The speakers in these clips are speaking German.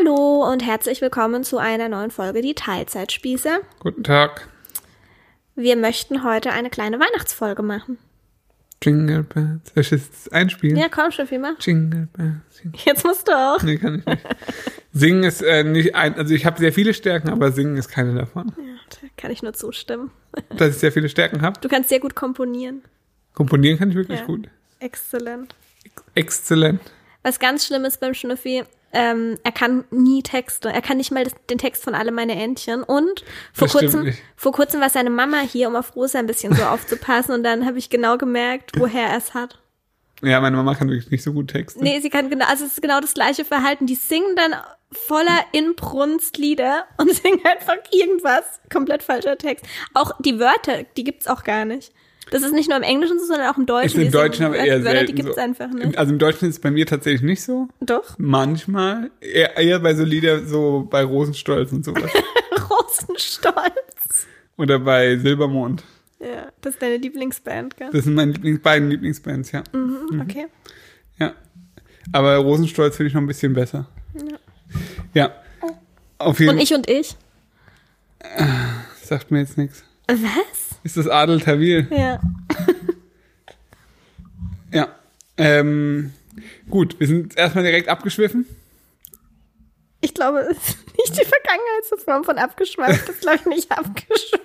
Hallo und herzlich willkommen zu einer neuen Folge Die Teilzeitspieße. Guten Tag. Wir möchten heute eine kleine Weihnachtsfolge machen. Jingle Bells. Soll ich jetzt einspielen? Ja, komm schon, viel mal. Jingle Bells. Jingle. Jetzt musst du auch. Nee, kann ich nicht. Singen ist äh, nicht ein, also ich habe sehr viele Stärken, aber singen ist keine davon. Ja, da kann ich nur zustimmen. Dass ich sehr viele Stärken habe. Du kannst sehr gut komponieren. Komponieren kann ich wirklich Ja. gut. Exzellent. Exzellent. Was ganz schlimm ist beim Schnüffi, ähm, er kann nie Texte. Er kann nicht mal das, den Text von Alle meine Entchen. Und vor Das stimmt kurzem, nicht. vor kurzem war seine Mama hier, um auf Rosa ein bisschen so aufzupassen. Und dann habe ich genau gemerkt, woher er es hat. Ja, meine Mama kann wirklich nicht so gut texten. Nee, sie kann genau, also es ist genau das gleiche Verhalten. Die singen dann voller Inbrunst Lieder und singen einfach irgendwas. Komplett falscher Text. Auch die Wörter, die gibt's auch gar nicht. Das ist nicht nur im Englischen so, sondern auch im Deutschen. Ist im Die Deutschen aber eher die Wörter, selten die gibt's so. einfach nicht. Also im Deutschen ist es bei mir tatsächlich nicht so. Doch. Manchmal. Eher, eher bei so Lieder, so bei Rosenstolz und sowas. Rosenstolz. Oder bei Silbermond. Ja, das ist deine Lieblingsband, gell? Das sind meine Lieblings beiden Lieblingsbands, ja. Okay. Ja. Aber Rosenstolz finde ich noch ein bisschen besser. Ja. Auf jeden Und Fall ich und ich. sagt mir jetzt nichts. Was? Ist das Adel Tawil? Ja. Ja. Ähm, gut, wir sind erstmal direkt abgeschwiffen. Ich glaube, es ist nicht die Vergangenheitsform von abgeschweift, das glaube ich nicht abgeschweift.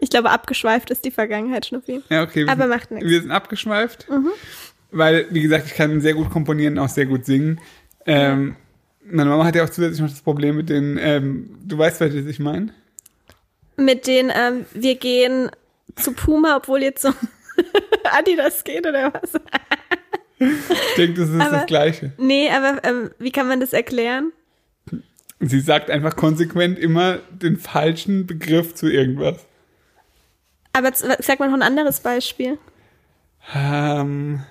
Ich glaube, abgeschweift ist die Vergangenheit, Schnuffi. Ja, okay. Wir Aber Mhm. sind, macht nichts. Wir sind abgeschweift, weil, wie gesagt, ich kann sehr gut komponieren, auch sehr gut singen. Ähm, meine Mama hat ja auch zusätzlich noch das Problem mit den, ähm, du weißt, welches ich meine? Mit den, ähm, wir gehen zu Puma, obwohl ihr zum Adidas geht oder was? Ich denke, das ist Aber- das Gleiche. Nee, aber ähm, wie kann man das erklären? Sie sagt einfach konsequent immer den falschen Begriff zu irgendwas. Aber z- sag mal noch ein anderes Beispiel. Ähm,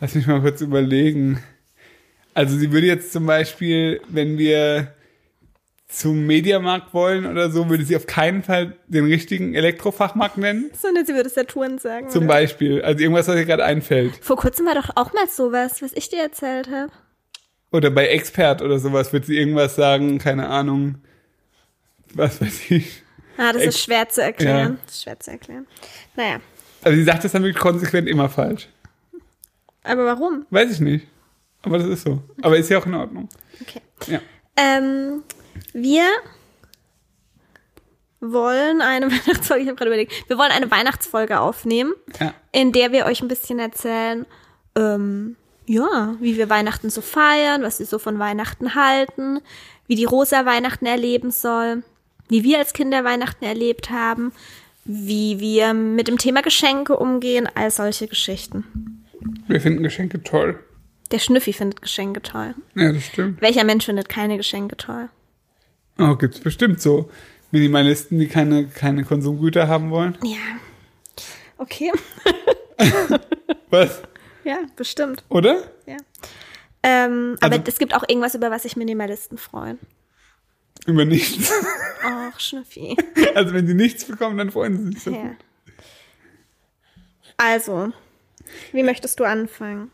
lass mich mal kurz überlegen. Also sie würde jetzt zum Beispiel, wenn wir zum Mediamarkt wollen oder so, würde sie auf keinen Fall den richtigen Elektrofachmarkt nennen. Sondern ne, sie würde Saturn sagen. Zum oder? Beispiel. Also irgendwas, was ihr gerade einfällt. Vor kurzem war doch auch mal sowas, was ich dir erzählt habe. Oder bei Expert oder sowas wird sie irgendwas sagen, keine Ahnung. Was weiß ich. Ah, das Ex- ist schwer zu erklären. Ja. Das ist schwer zu erklären. Naja, Also sie sagt das dann wirklich konsequent immer falsch. aber warum? Weiß ich nicht. Aber das ist so. Aber ist ja auch in Ordnung. Okay. Ja. Ähm, wir wollen eine Weihnachtsfolge, ich habe gerade überlegt, wir wollen eine Weihnachtsfolge aufnehmen, ja. in der wir euch ein bisschen erzählen, ähm, ja, wie wir Weihnachten so feiern, was wir so von Weihnachten halten, wie die Rosa Weihnachten erleben soll, wie wir als Kinder Weihnachten erlebt haben, wie wir mit dem Thema Geschenke umgehen, all solche Geschichten. Wir finden Geschenke toll. Der Schnüffi findet Geschenke toll. Ja, das stimmt. Welcher Mensch findet keine Geschenke toll? Oh, gibt's bestimmt so Minimalisten, die keine, keine Konsumgüter haben wollen. Ja. Okay. Was? Ja, bestimmt. Oder? Ja. Ähm, aber Also- es gibt auch irgendwas, über was sich Minimalisten freuen. Über nichts. Och, Schnüffi. Also wenn sie nichts bekommen, dann freuen sie sich so. ja. Also, wie möchtest du anfangen?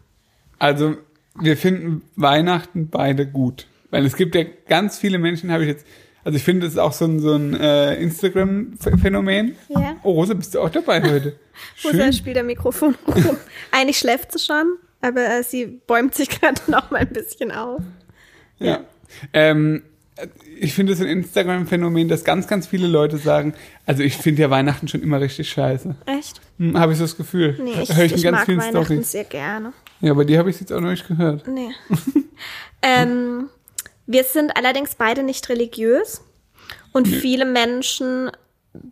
Also wir finden Weihnachten beide gut. Weil es gibt ja ganz viele Menschen, habe ich jetzt, also ich finde, das ist auch so ein, so ein äh, Instagram-Phänomen. Ja. Oh, Rosa, bist du auch dabei heute? Rosa Schön. spielt am Mikrofon rum. Eigentlich schläft sie schon, aber äh, sie bäumt sich gerade noch mal ein bisschen auf. Ja. Ähm, ich finde es ein Instagram-Phänomen, dass ganz, ganz viele Leute sagen, also ich finde ja Weihnachten schon immer richtig scheiße. Echt? Hm, habe ich so das Gefühl. Nee, ich, Höre ich, in mag Weihnachten Storys. sehr gerne. Ja, aber die habe ich jetzt auch noch nicht gehört. Nee. ähm, wir sind allerdings beide nicht religiös und viele Menschen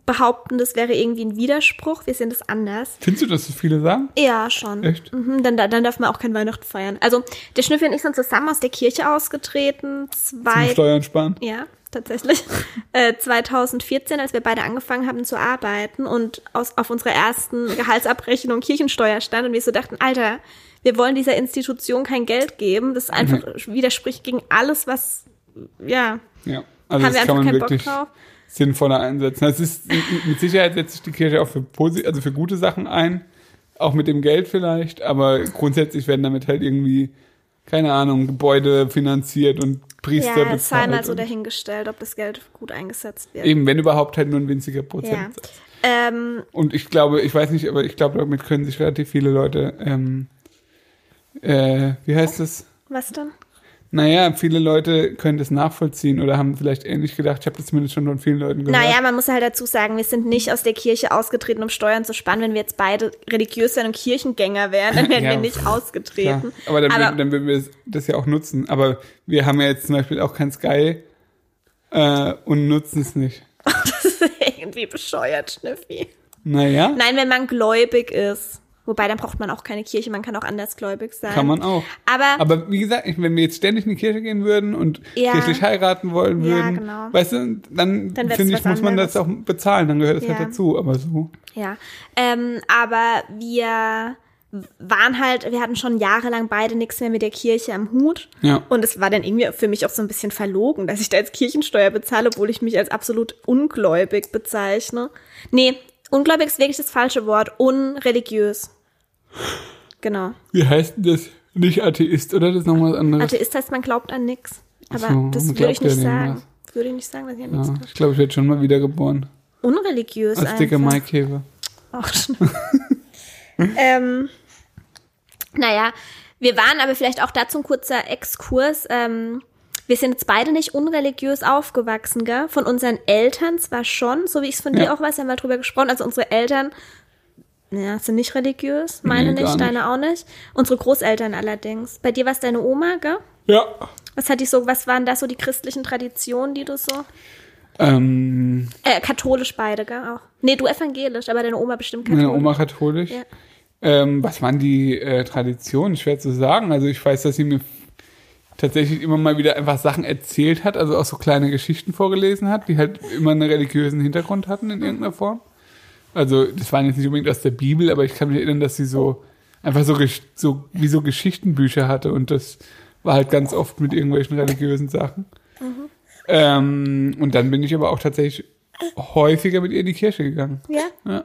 behaupten, das wäre irgendwie ein Widerspruch. Wir sehen das anders. Findest du, dass so viele sagen? Ja, schon. Echt? Mhm, dann, dann darf man auch kein Weihnachten feiern. Also, der Schnüffel und ich sind zusammen aus der Kirche ausgetreten. Zum Zwei, Steuern sparen? ja, tatsächlich. Äh, 2014, als wir beide angefangen haben zu arbeiten und aus, auf unserer ersten Gehaltsabrechnung Kirchensteuer stand und wir so dachten, Alter, wir wollen dieser Institution kein Geld geben. Mhm. Das ist einfach widerspricht gegen alles, was, ja, Ja. Also haben wir das einfach kann man keinen Bock wirklich drauf. sinnvoller einsetzen. Das ist, mit Sicherheit setzt sich die Kirche auch für, posi also für gute Sachen ein. Auch mit dem Geld vielleicht. Aber grundsätzlich werden damit halt irgendwie keine Ahnung, Gebäude finanziert und Priester Ja, sei bezahlt. mal so und- dahingestellt, ob das Geld gut eingesetzt wird. Eben, wenn überhaupt, halt nur ein winziger ja. Prozentsatz. Ähm, Und ich glaube, ich weiß nicht, aber ich glaube, damit können sich relativ viele Leute, ähm, äh, wie heißt das? was denn? Naja, viele Leute können das nachvollziehen oder haben vielleicht ähnlich gedacht. Ich habe das zumindest schon von vielen Leuten gehört. Naja, man muss halt dazu sagen, wir sind nicht aus der Kirche ausgetreten, um Steuern zu sparen. Wenn wir jetzt beide religiös wären und Kirchengänger wären, dann wären Ja, wir nicht Klar. ausgetreten. Aber dann, Aber- würden, dann würden wir das- das ja auch nutzen. Aber wir haben ja jetzt zum Beispiel auch kein Sky äh, und nutzen es nicht. Das ist irgendwie bescheuert, Schnüffi. Naja, Nein, wenn man gläubig ist. Wobei, dann braucht man auch keine Kirche, man kann auch anders gläubig sein. kann man auch. Aber, Aber wie gesagt, ich- wenn wir jetzt ständig in die Kirche gehen würden und Ja. kirchlich heiraten wollen Ja, würden, genau. weißt du, dann, Dann wird's finde ich, was muss man anderes. das auch bezahlen, dann gehört das Ja. halt dazu. Aber so. ja. Ähm, aber wir waren halt, wir hatten schon jahrelang beide nichts mehr mit der Kirche am Hut. Ja. Und es war dann irgendwie für mich auch so ein bisschen verlogen, dass ich da jetzt Kirchensteuer bezahle, obwohl ich mich als absolut ungläubig bezeichne. Nee, ungläubig ist wirklich das falsche Wort. Unreligiös. Genau. Wie heißt denn das? Nicht Atheist, oder? Das ist nochmal was anderes. Atheist heißt, Also man glaubt an nichts. Aber Ach so, das man würde ich glaubt ja nicht nicht sagen. Würde ich nicht sagen, dass ich an nichts ja, glaube. ich glaube, ich werde schon mal wiedergeboren. Unreligiös Als dicker einfach. Maikäfer. Ach, schlimm. ähm, naja, wir waren aber vielleicht auch dazu ein kurzer Exkurs. Ähm, wir sind jetzt beide nicht unreligiös aufgewachsen, gell? Von unseren Eltern zwar schon, so wie ich es von dir Ja. auch weiß, haben wir drüber gesprochen. Also unsere Eltern, ja, sind nicht religiös, meine Nee, nicht, gar nicht. deine auch nicht. Unsere Großeltern allerdings. Bei dir war es deine Oma, gell? Ja. Was hat die so, was waren da so die christlichen Traditionen, die du so? Ähm, Äh, katholisch beide, gell? Auch. Nee, du evangelisch, aber deine Oma bestimmt katholisch. Meine Oma katholisch. Ja. Ähm, was waren die äh, Traditionen? Schwer zu sagen. Also ich weiß, dass sie mir tatsächlich immer mal wieder einfach Sachen erzählt hat, also auch so kleine Geschichten vorgelesen hat, die halt immer einen religiösen Hintergrund hatten in irgendeiner Form. Also das waren jetzt nicht unbedingt aus der Bibel, aber ich kann mich erinnern, dass sie so einfach so, Gesch- so wie so Geschichtenbücher hatte und das war halt ganz oft mit irgendwelchen religiösen Sachen. Ähm, und dann bin ich aber auch tatsächlich häufiger mit ihr in die Kirche gegangen. Ja? Ja.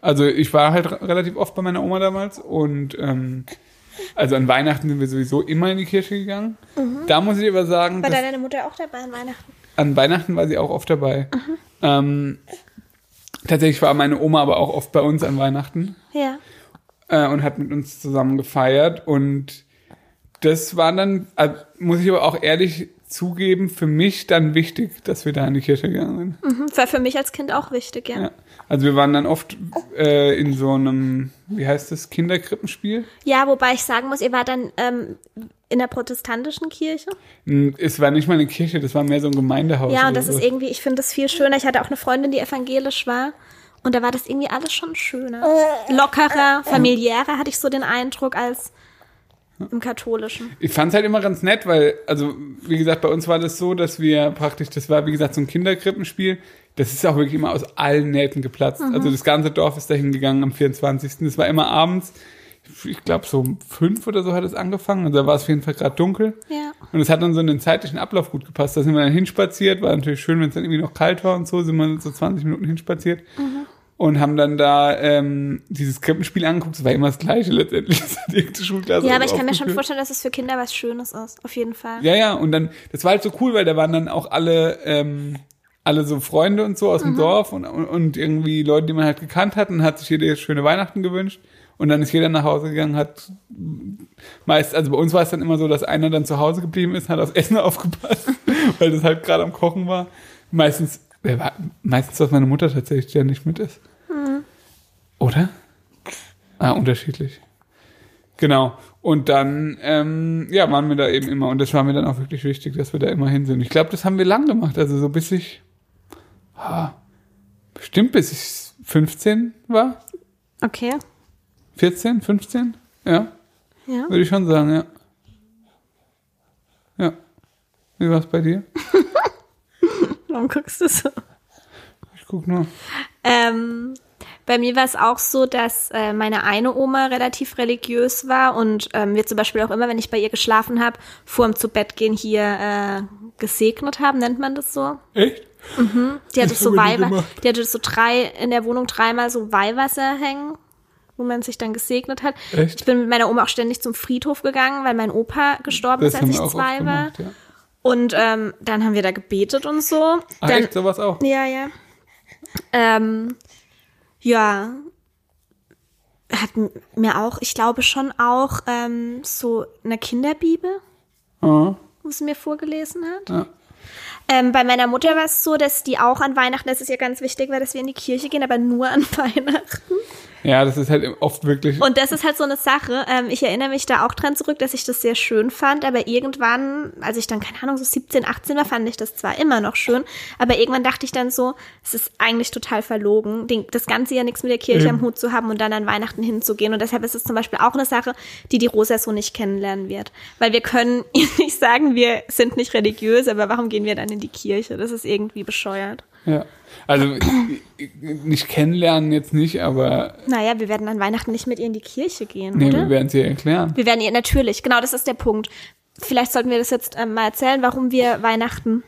Also ich war halt re- relativ oft bei meiner Oma damals und ähm, also an Weihnachten sind wir sowieso immer in die Kirche gegangen. Da muss ich aber sagen, War da dass deine Mutter auch dabei an Weihnachten? an Weihnachten war sie auch oft dabei. Ähm, tatsächlich war meine Oma aber auch oft bei uns an Weihnachten Ja. äh, und hat mit uns zusammen gefeiert. Und das war dann, äh, muss ich aber auch ehrlich zugeben, für mich dann wichtig, dass wir da in die Kirche gegangen sind. Mhm. War für mich als Kind auch wichtig, ja. Ja. Also wir waren dann oft äh, in so einem, wie heißt das, Kinderkrippenspiel. Ja, wobei ich sagen muss, ihr war dann ähm, in der protestantischen Kirche. N- Es war nicht mal eine Kirche, das war mehr so ein Gemeindehaus. ja, oder und das sowas. ist eh irgendwie, ich finde das viel schöner. Ich hatte auch eine Freundin, die evangelisch war. Und da war das irgendwie alles schon schöner. Lockerer, familiärer hatte ich so den Eindruck als im katholischen. Ich fand's halt immer ganz nett, weil, also, wie gesagt, bei uns war das so, dass wir praktisch, das war, wie gesagt, so ein Kinderkrippenspiel. Das ist auch wirklich immer aus allen Nähten geplatzt. Mhm. Also das ganze Dorf ist dahin gegangen am 24. Das war immer abends, ich glaube so um fünf oder so hat es angefangen. Also da war es auf jeden Fall gerade dunkel. Ja. Und es hat dann so in den zeitlichen Ablauf gut gepasst. Da sind wir dann hinspaziert, war natürlich schön, wenn es dann irgendwie noch kalt war und so, sind wir so 20 Minuten hinspaziert Mhm. und haben dann da ähm, dieses Krippenspiel angeguckt. Es war immer das gleiche letztendlich. Das hat irgendeine Schulklasse Ja, aber ich kann mir schon aufgeführt. vorstellen, dass es für Kinder was Schönes ist. Auf jeden Fall. Ja, ja, und dann, das war halt so cool, weil da waren dann auch alle, ähm, alle so Freunde und so aus dem Dorf und, und, und irgendwie Leute, die man halt gekannt hat und hat sich jeder schöne Weihnachten gewünscht. Und dann ist jeder nach Hause gegangen, hat meist, also bei uns war es dann immer so, dass einer dann zu Hause geblieben ist, hat aufs Essen aufgepasst, weil das halt gerade am Kochen war. Meistens, wer war, meistens war es meine Mutter tatsächlich, die ja nicht mit ist. Oder? Ah, unterschiedlich. Genau. Und dann, ähm, ja, waren wir da eben immer. Und das war mir dann auch wirklich wichtig, dass wir da immer hin sind. Ich glaube, das haben wir lang gemacht. Also so bis ich, ah, bestimmt bis ich 15 war. Okay. 14, 15? Ja, Ja. würde ich schon sagen, ja. Ja. Wie war es bei dir? Warum guckst du so? Ich guck nur. Ähm, bei mir war es auch so, dass äh, meine eine Oma relativ religiös war und ähm, wir zum Beispiel auch immer, wenn ich bei ihr geschlafen habe, vor dem Zubettgehen hier äh, gesegnet haben, nennt man das so. Echt? Die hatte Das so haben wir nie Weihwasser, gemacht. die hatte so drei in der Wohnung dreimal so Weihwasser hängen. wo man sich dann gesegnet hat. Echt? Ich bin mit meiner Oma auch ständig zum Friedhof gegangen, weil mein Opa gestorben ist, als ich zwei oft war. gemacht, ja. Und ähm, dann haben wir da gebetet und so. Ah, dann, echt, sowas auch. ja, ja. Ähm, ja. Hat m- mir auch, ich glaube schon auch, ähm, so eine Kinderbibel, Ah, wo sie mir vorgelesen hat. ja. Ähm, bei meiner Mutter war es so, dass die auch an Weihnachten, das ist ja ganz wichtig, weil dass wir in die Kirche gehen, aber nur an Weihnachten. ja, das ist halt oft wirklich. Und das ist halt so eine Sache. Ähm, ich erinnere mich da auch dran zurück, dass ich das sehr schön fand, aber irgendwann, als ich dann, keine Ahnung, so 17, 18 war, fand ich das zwar immer noch schön, aber irgendwann dachte ich dann so, es ist eigentlich total verlogen, den, das Ganze ja nichts mit der Kirche Eben. am Hut zu haben und dann an Weihnachten hinzugehen. Und deshalb ist es zum Beispiel auch eine Sache, die die Rosa so nicht kennenlernen wird. Weil wir können ihr nicht sagen, wir sind nicht religiös, aber warum gehen wir dann in die Kirche? Das ist irgendwie bescheuert. ja. Also nicht kennenlernen jetzt nicht, aber Naja, wir werden an Weihnachten nicht mit ihr in die Kirche gehen, nee, oder? wir werden sie erklären. Wir werden ihr natürlich, genau, das ist der Punkt. Vielleicht sollten wir das jetzt ähm, mal erzählen, warum wir Weihnachten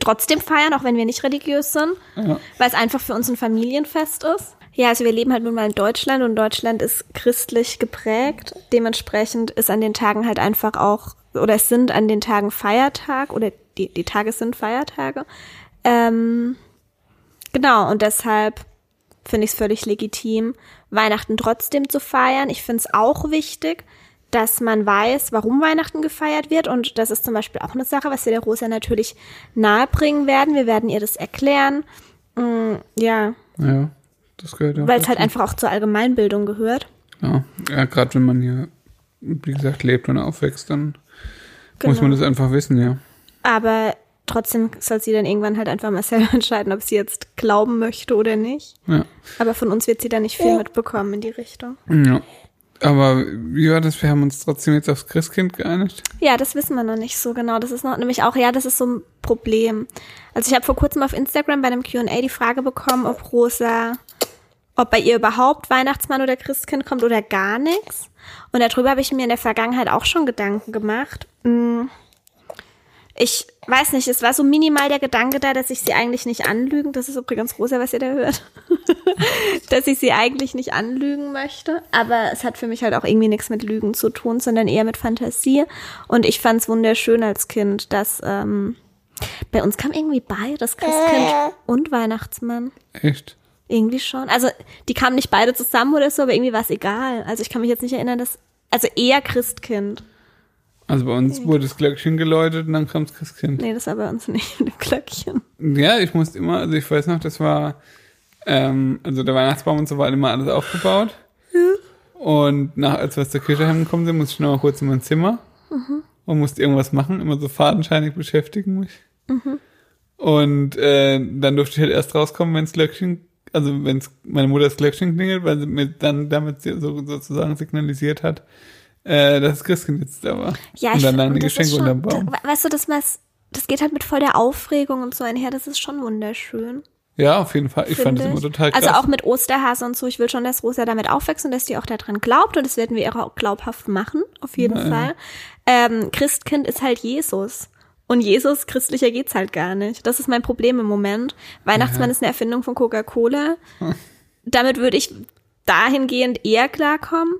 trotzdem feiern, auch wenn wir nicht religiös sind, Ja. weil es einfach für uns ein Familienfest ist. Ja, also wir leben halt nun mal in Deutschland und Deutschland ist christlich geprägt. Dementsprechend ist an den Tagen halt einfach auch, oder es sind an den Tagen Feiertag oder die, die Tage sind Feiertage. Ähm, genau, und deshalb finde ich es völlig legitim, Weihnachten trotzdem zu feiern. Ich finde es auch wichtig, dass man weiß, warum Weihnachten gefeiert wird. Und das ist zum Beispiel auch eine Sache, was wir der Rosa natürlich nahebringen werden. Wir werden ihr das erklären. Mm, ja, Ja, das gehört ja. weil es halt einfach auch zur Allgemeinbildung gehört. Ja, ja gerade wenn man hier, wie gesagt, lebt und aufwächst, dann muss man Genau. das einfach wissen, ja. Aber trotzdem soll sie dann irgendwann halt einfach mal selber entscheiden, ob sie jetzt glauben möchte oder nicht. Ja. Aber von uns wird sie dann nicht viel mitbekommen in die Richtung. ja. Aber wie war das? Wir haben uns trotzdem jetzt aufs Christkind geeinigt. Ja, das wissen wir noch nicht so genau. Das ist noch nämlich auch, ja, das ist so ein Problem. Also ich habe vor kurzem auf Instagram bei einem QA die Frage bekommen, ob Rosa, ob bei ihr überhaupt Weihnachtsmann oder Christkind kommt oder gar nichts. Und darüber habe ich mir in der Vergangenheit auch schon Gedanken gemacht. Mm. Ich weiß nicht, es war so minimal der Gedanke da, dass ich sie eigentlich nicht anlügen. Das ist übrigens Rosa, was ihr da hört. dass ich sie eigentlich nicht anlügen möchte. Aber es hat für mich halt auch irgendwie nichts mit Lügen zu tun, sondern eher mit Fantasie. Und ich fand es wunderschön als Kind, dass ähm, bei uns kam irgendwie beides, Christkind und Weihnachtsmann. Echt? Irgendwie schon. Also die kamen nicht beide zusammen oder so, aber irgendwie war es egal. Also ich kann mich jetzt nicht erinnern, dass. Also eher Christkind. Also bei uns wurde das Glöckchen geläutet und dann kam das Christkind. Nee, das war bei uns nicht mit dem Glöckchen. Ja, ich musste immer, also ich weiß noch, das war, ähm, also der Weihnachtsbaum und so war immer alles aufgebaut. Und nach, als wir aus der Kirche heimgekommen sind, musste ich nochmal kurz in mein Zimmer Mhm. und musste irgendwas machen, immer so fadenscheinig beschäftigen mich. Mhm. Und äh, dann durfte ich halt erst rauskommen, wenns Glöckchen, also wenns meine Mutter das Glöckchen klingelt, weil sie mir dann damit so, sozusagen signalisiert hat, äh, dass das Christkind jetzt da war. und dann find- lagen die das ist Geschenke schon- unterm Baum. da- Weißt du, das, was- das geht halt mit voll der Aufregung und so einher. Das ist schon wunderschön. Ja, auf jeden Fall. Ich fand finde das immer total krass. Also auch mit Osterhase und so. Ich will schon, dass Rosa damit aufwächst und dass die auch daran glaubt. Und das werden wir ihr auch glaubhaft machen, auf jeden Ja, ja. Fall. Ähm, Christkind ist halt Jesus. Und Jesus, christlicher geht's halt gar nicht. Das ist mein Problem im Moment. Weihnachtsmann ist eine Erfindung von Coca-Cola. Damit würde ich dahingehend eher klarkommen.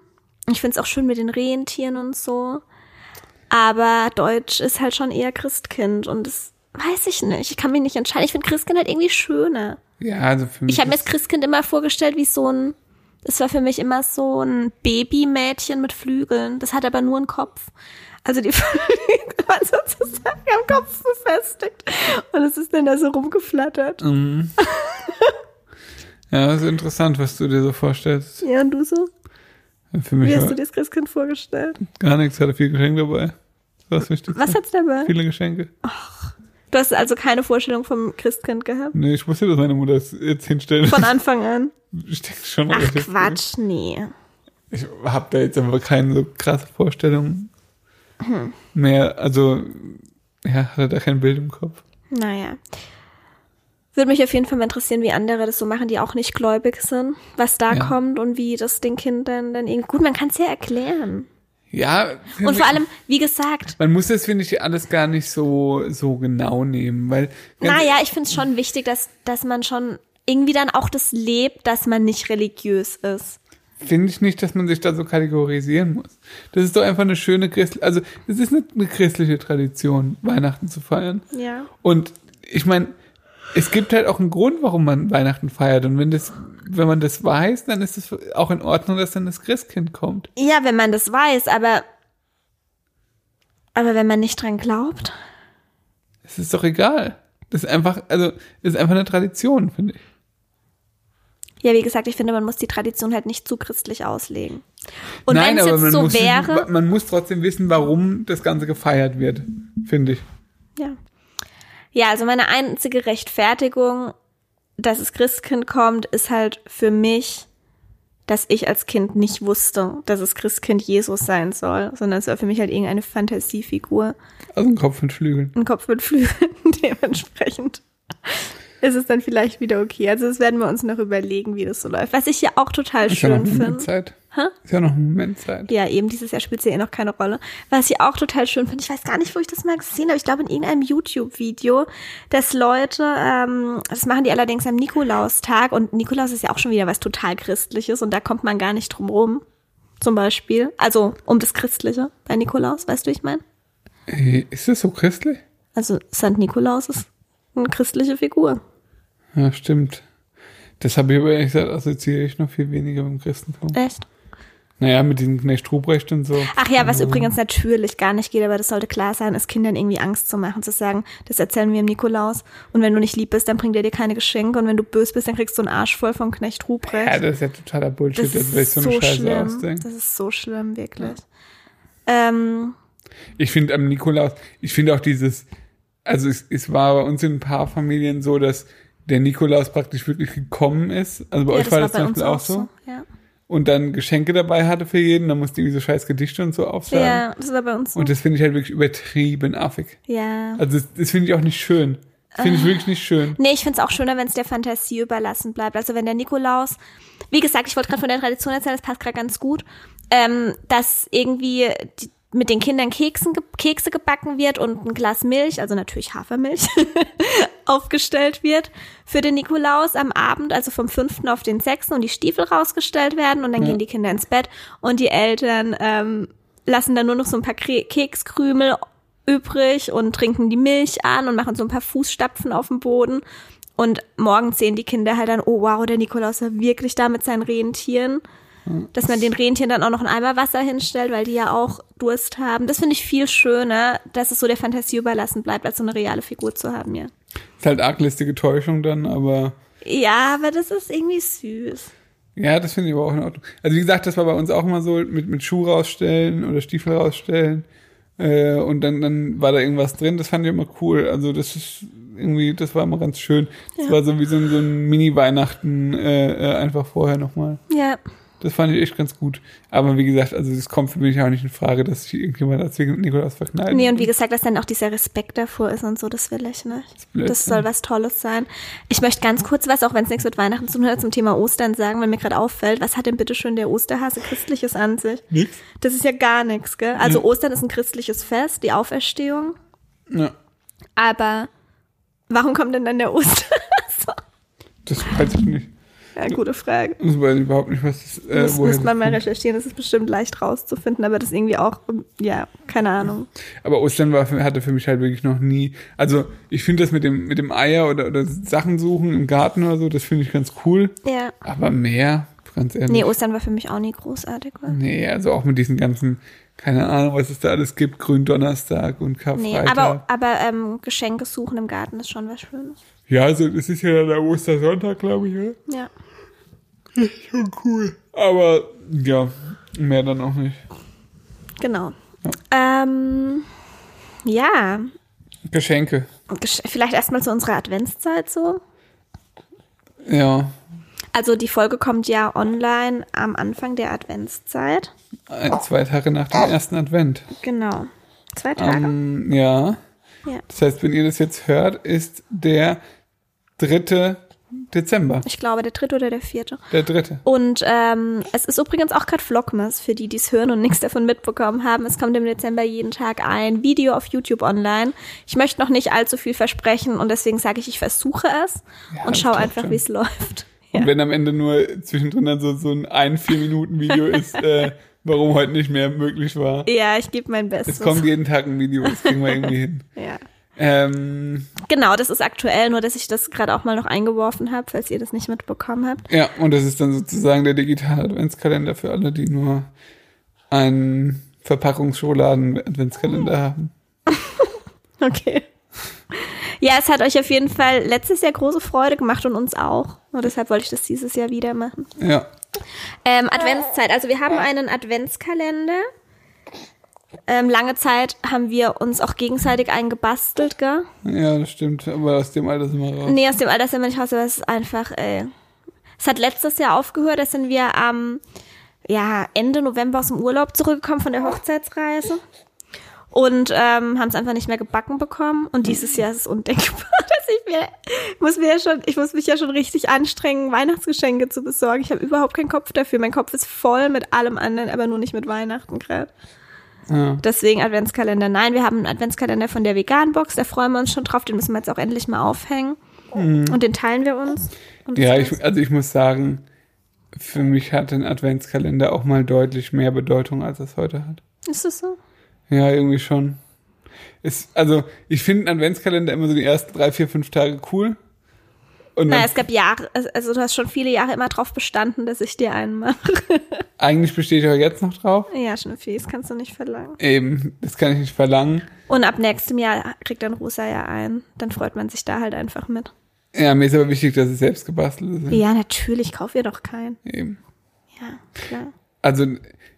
Ich find's auch schön mit den Rentieren und so. Aber Deutsch ist halt schon eher Christkind und das weiß ich nicht. Ich kann mich nicht entscheiden. Ich find Christkind halt irgendwie schöner. ja, also für mich Ich habe mir ist- das Christkind immer vorgestellt wie so ein, das war für mich immer so ein Babymädchen mit Flügeln. Das hat aber nur einen Kopf. Also die Flügel waren sozusagen am Kopf befestigt. Und es ist dann da so rumgeflattert. Mhm. ja, das ist interessant, was du dir so vorstellst. Ja, und du so? Für Wie mich hast du war dir das Christkind vorgestellt? gar nichts, hatte viel Geschenk dabei. Das war das Wichtigste. Was hat's dabei? Viele Geschenke. Du hast also keine Vorstellung vom Christkind gehabt? Nee, ich wusste, dass meine Mutter es jetzt hinstellt. Von Anfang an? Ich denke schon Ach relativ früh. Quatsch, nee. Ich habe da jetzt aber keine so krasse Vorstellung Hm. mehr. Also, ja, hatte da kein Bild im Kopf. Naja. Würde mich auf jeden Fall mal interessieren, wie andere das so machen, die auch nicht gläubig sind, was da Ja. kommt und wie das den Kindern dann irgendwie. Gut, man kann es ja erklären. Ja. Und vor allem, wie gesagt, Man muss das, finde ich, alles gar nicht so, so genau nehmen, weil. ganz naja, ich finde es schon wichtig, dass, dass man schon irgendwie dann auch das lebt, dass man nicht religiös ist. finde ich nicht, dass man sich da so kategorisieren muss. Das ist doch einfach eine schöne christliche, also es ist eine, eine christliche Tradition, Weihnachten zu feiern. Ja. Und ich meine, es gibt halt auch einen Grund, warum man Weihnachten feiert. Und wenn das, wenn man das weiß, dann ist es auch in Ordnung, dass dann das Christkind kommt. Ja, wenn man das weiß, aber. Aber wenn man nicht dran glaubt. Es ist doch egal. Das ist einfach, also das ist einfach eine Tradition, finde ich. Ja, wie gesagt, ich finde, man muss die Tradition halt nicht zu christlich auslegen. Und Nein, wenn es aber man jetzt so muss, wäre. man muss trotzdem wissen, warum das Ganze gefeiert wird, finde ich. Ja. Ja, also meine einzige Rechtfertigung, dass es Christkind kommt, ist halt für mich, dass ich als Kind nicht wusste, dass es Christkind Jesus sein soll, sondern es war für mich halt irgendeine Fantasiefigur. Also ein Kopf und Flügeln. Ein Kopf mit Flügeln dementsprechend. Ist es dann vielleicht wieder okay? Also, das werden wir uns noch überlegen, wie das so läuft. Was ich ja auch total Ist ja noch schön ein Moment finde. Zeit. Hä? Ist ja noch ein Moment Zeit. Ja, eben, dieses Jahr spielt sie eh noch keine Rolle. Was ich auch total schön finde, ich weiß gar nicht, wo ich das mal gesehen habe, ich glaube in irgendeinem YouTube-Video, dass Leute, ähm, das machen die allerdings am Nikolaustag und Nikolaus ist ja auch schon wieder was total Christliches und da kommt man gar nicht drum rum, zum Beispiel. Also um das Christliche bei Nikolaus, weißt du, wie ich meine? Ey, Äh, Ist das so christlich? Also St. Nikolaus ist eine christliche Figur. Ja, stimmt. Das habe ich aber ehrlich gesagt assoziiere ich noch viel weniger mit dem Christentum. Echt? Naja, mit den Knecht Ruprecht und so. Ach ja, was übrigens natürlich gar nicht geht, aber das sollte klar sein, ist Kindern irgendwie Angst zu machen, zu sagen, das erzählen wir im Nikolaus. Und wenn du nicht lieb bist, dann bringt er dir keine Geschenke. Und wenn du bös bist, dann kriegst du einen Arsch voll vom Knecht Ruprecht. Ja, das ist ja totaler Bullshit, das dass wir ist so so, eine Scheiße schlimm. ausdenken. Das ist so schlimm, wirklich. Ähm, Ich finde am Nikolaus, ich finde auch dieses, also es, es war bei uns in ein paar Familien so, dass der Nikolaus praktisch wirklich gekommen ist. Also bei ja, euch das war war das bei zum uns Beispiel auch so. Ja. Und dann Geschenke dabei hatte für jeden, dann musste irgendwie so scheiß Gedichte und so aufsagen. ja, das war bei uns so. Und das finde ich halt wirklich übertrieben affig. ja. Also das, das finde ich auch nicht schön. Das Ah. finde ich wirklich nicht schön. Nee, ich find's auch schöner, wenn's der Fantasie überlassen bleibt. Also wenn der Nikolaus, wie gesagt, ich wollte gerade von der Tradition erzählen, das passt gerade ganz gut, ähm, dass irgendwie die, mit den Kindern Keksen, ge- Kekse gebacken wird und ein Glas Milch, also natürlich Hafermilch, aufgestellt wird für den Nikolaus am Abend, also vom 5. auf den 6. und die Stiefel rausgestellt werden und dann Ja. gehen die Kinder ins Bett und die Eltern ähm, lassen dann nur noch so ein paar Kre Kekskrümel übrig und trinken die Milch an und machen so ein paar Fußstapfen auf dem Boden. Und morgen sehen die Kinder halt dann, oh wow, der Nikolaus war wirklich da mit seinen Rentieren. Dass man den Rentieren dann auch noch einen Eimer Wasser hinstellt, weil die ja auch Durst haben. Das finde ich viel schöner, dass es so der Fantasie überlassen bleibt, als so eine reale Figur zu haben, ja. Ist halt arglistige Täuschung dann, aber Ja, aber das ist irgendwie süß. ja, das finde ich aber auch in Ordnung. Also wie gesagt, das war bei uns auch immer so mit, mit Schuh rausstellen oder Stiefel rausstellen. Äh, und dann, dann war da irgendwas drin, das fand ich immer cool. Also das ist irgendwie, das war immer ganz schön. Das war so wie so ein, so ein Mini-Weihnachten äh, äh, einfach vorher nochmal. Ja. Das fand ich echt ganz gut. Aber wie gesagt, also das kommt für mich auch nicht in Frage, dass sich irgendjemand als Nikolaus verknallt. Nee, und wie gesagt, dass dann auch dieser Respekt davor ist und so, das will ich nicht. Blödsinn. Das soll was Tolles sein. Ich möchte ganz kurz was, auch wenn es nichts mit Weihnachten zu tun hat, zum Thema Ostern sagen, weil mir gerade auffällt, was hat denn bitte schön der Osterhase Christliches an sich? Nix. Das ist ja gar nichts, gell? Also Ja. Ostern ist ein christliches Fest, die Auferstehung. Ja, Aber warum kommt denn dann der Osterhase? das weiß ich nicht. Ja, gute Frage. Das weiß ich überhaupt nicht, was das, äh, Das woher müsste das man mal kommt. recherchieren, das ist bestimmt leicht rauszufinden, aber das irgendwie auch, ja, keine Ahnung. Aber Ostern war, für- hatte für mich halt wirklich noch nie. Also ich finde das mit dem, mit dem Eier oder, oder Sachen suchen im Garten oder so, das finde ich ganz cool. Ja. Aber mehr, ganz ehrlich. Nee, Nee, Ostern war für mich auch nie großartig. wa? also auch mit diesen ganzen, keine Ahnung, was es da alles gibt, Gründonnerstag und Nee, Karfreitag. aber, aber ähm, Geschenke suchen im Garten ist schon was Schönes. ja, also es ist ja dann der Ostersonntag, glaube ich, oder? Ja. Schon cool. Aber ja, mehr dann auch nicht. Genau. Ähm, ja. Geschenke. Gesch vielleicht erstmal zu unserer Adventszeit so. Ja. Also die Folge kommt ja online am Anfang der Adventszeit. Ein, zwei Tage nach dem ersten Advent. Genau. Zwei Tage. Ähm, ja. ja. Das heißt, wenn ihr das jetzt hört, ist der 3. Dezember. Ich glaube, der dritte oder der vierte. Der dritte. Und ähm, es ist übrigens auch gerade Vlogmas, für die, die es hören und nichts davon mitbekommen haben. Es kommt im Dezember jeden Tag ein Video auf YouTube online. Ich möchte noch nicht allzu viel versprechen und deswegen sage ich, ich versuche es Ja, und das schaue klappt einfach, schon. wie es läuft. Und wenn am Ende nur zwischendrin dann so, so ein ein, vier Minuten Video ist, äh, warum heute nicht mehr möglich war. Ja, ich gebe mein Es Bestes. kommt jeden Tag ein Video, das kriegen wir irgendwie hin. Ja. Ähm, Genau, das ist aktuell, nur dass ich das gerade auch mal noch eingeworfen habe, falls ihr das nicht mitbekommen habt. ja, und das ist dann sozusagen der digitale Adventskalender für alle, die nur einen Verpackungsschokoladen-Adventskalender haben. Okay. Ja, es hat euch auf jeden Fall letztes Jahr große Freude gemacht und uns auch. Und deshalb wollte ich das dieses Jahr wieder machen. Ja. Ähm, Adventszeit. Also wir haben einen Adventskalender. Ähm, lange Zeit haben wir uns auch gegenseitig einen gebastelt, gell? Ja, das stimmt. Aber aus dem Alter sind wir raus. Nee, aus dem Alter sind wir nicht raus, aber es ist einfach, ey. Es hat letztes Jahr aufgehört, da sind wir am ja, Ende November aus dem Urlaub zurückgekommen von der Hochzeitsreise und ähm, haben es einfach nicht mehr gebacken bekommen. Mhm. Und dieses Jahr ist es undenkbar, dass ich mir, ich muss mir ja schon, ich muss mich ja schon richtig anstrengen, Weihnachtsgeschenke zu besorgen. Ich habe überhaupt keinen Kopf dafür. Mein Kopf ist voll mit allem anderen, aber nur nicht mit Weihnachten gerade. Ja. Deswegen Adventskalender. Nein, wir haben einen Adventskalender von der Vegan-Box. Da freuen wir uns schon drauf. Den müssen wir jetzt auch endlich mal aufhängen. Und den teilen wir uns. Und das Mhm. Ja, war's. ich, also ich muss sagen, für mich hat ein Adventskalender auch mal deutlich mehr Bedeutung, als es heute hat. Ist das so? Ja, irgendwie schon. Es, also ich finde einen Adventskalender immer so die ersten drei, vier, fünf Tage cool. Und Naja, dann, es gab Jahre, also du hast schon viele Jahre immer drauf bestanden, dass ich dir einen mache. eigentlich bestehe ich aber jetzt noch drauf. Ja, Schnüffi, das kannst du nicht verlangen. Eben, das kann ich nicht verlangen. Und ab nächstem Jahr kriegt dann Rosa ja einen. Dann freut man sich da halt einfach mit. Ja, mir ist aber wichtig, dass es selbst gebastelt ist. Ja, natürlich, kauf ihr doch keinen. Eben. Ja, klar. Also,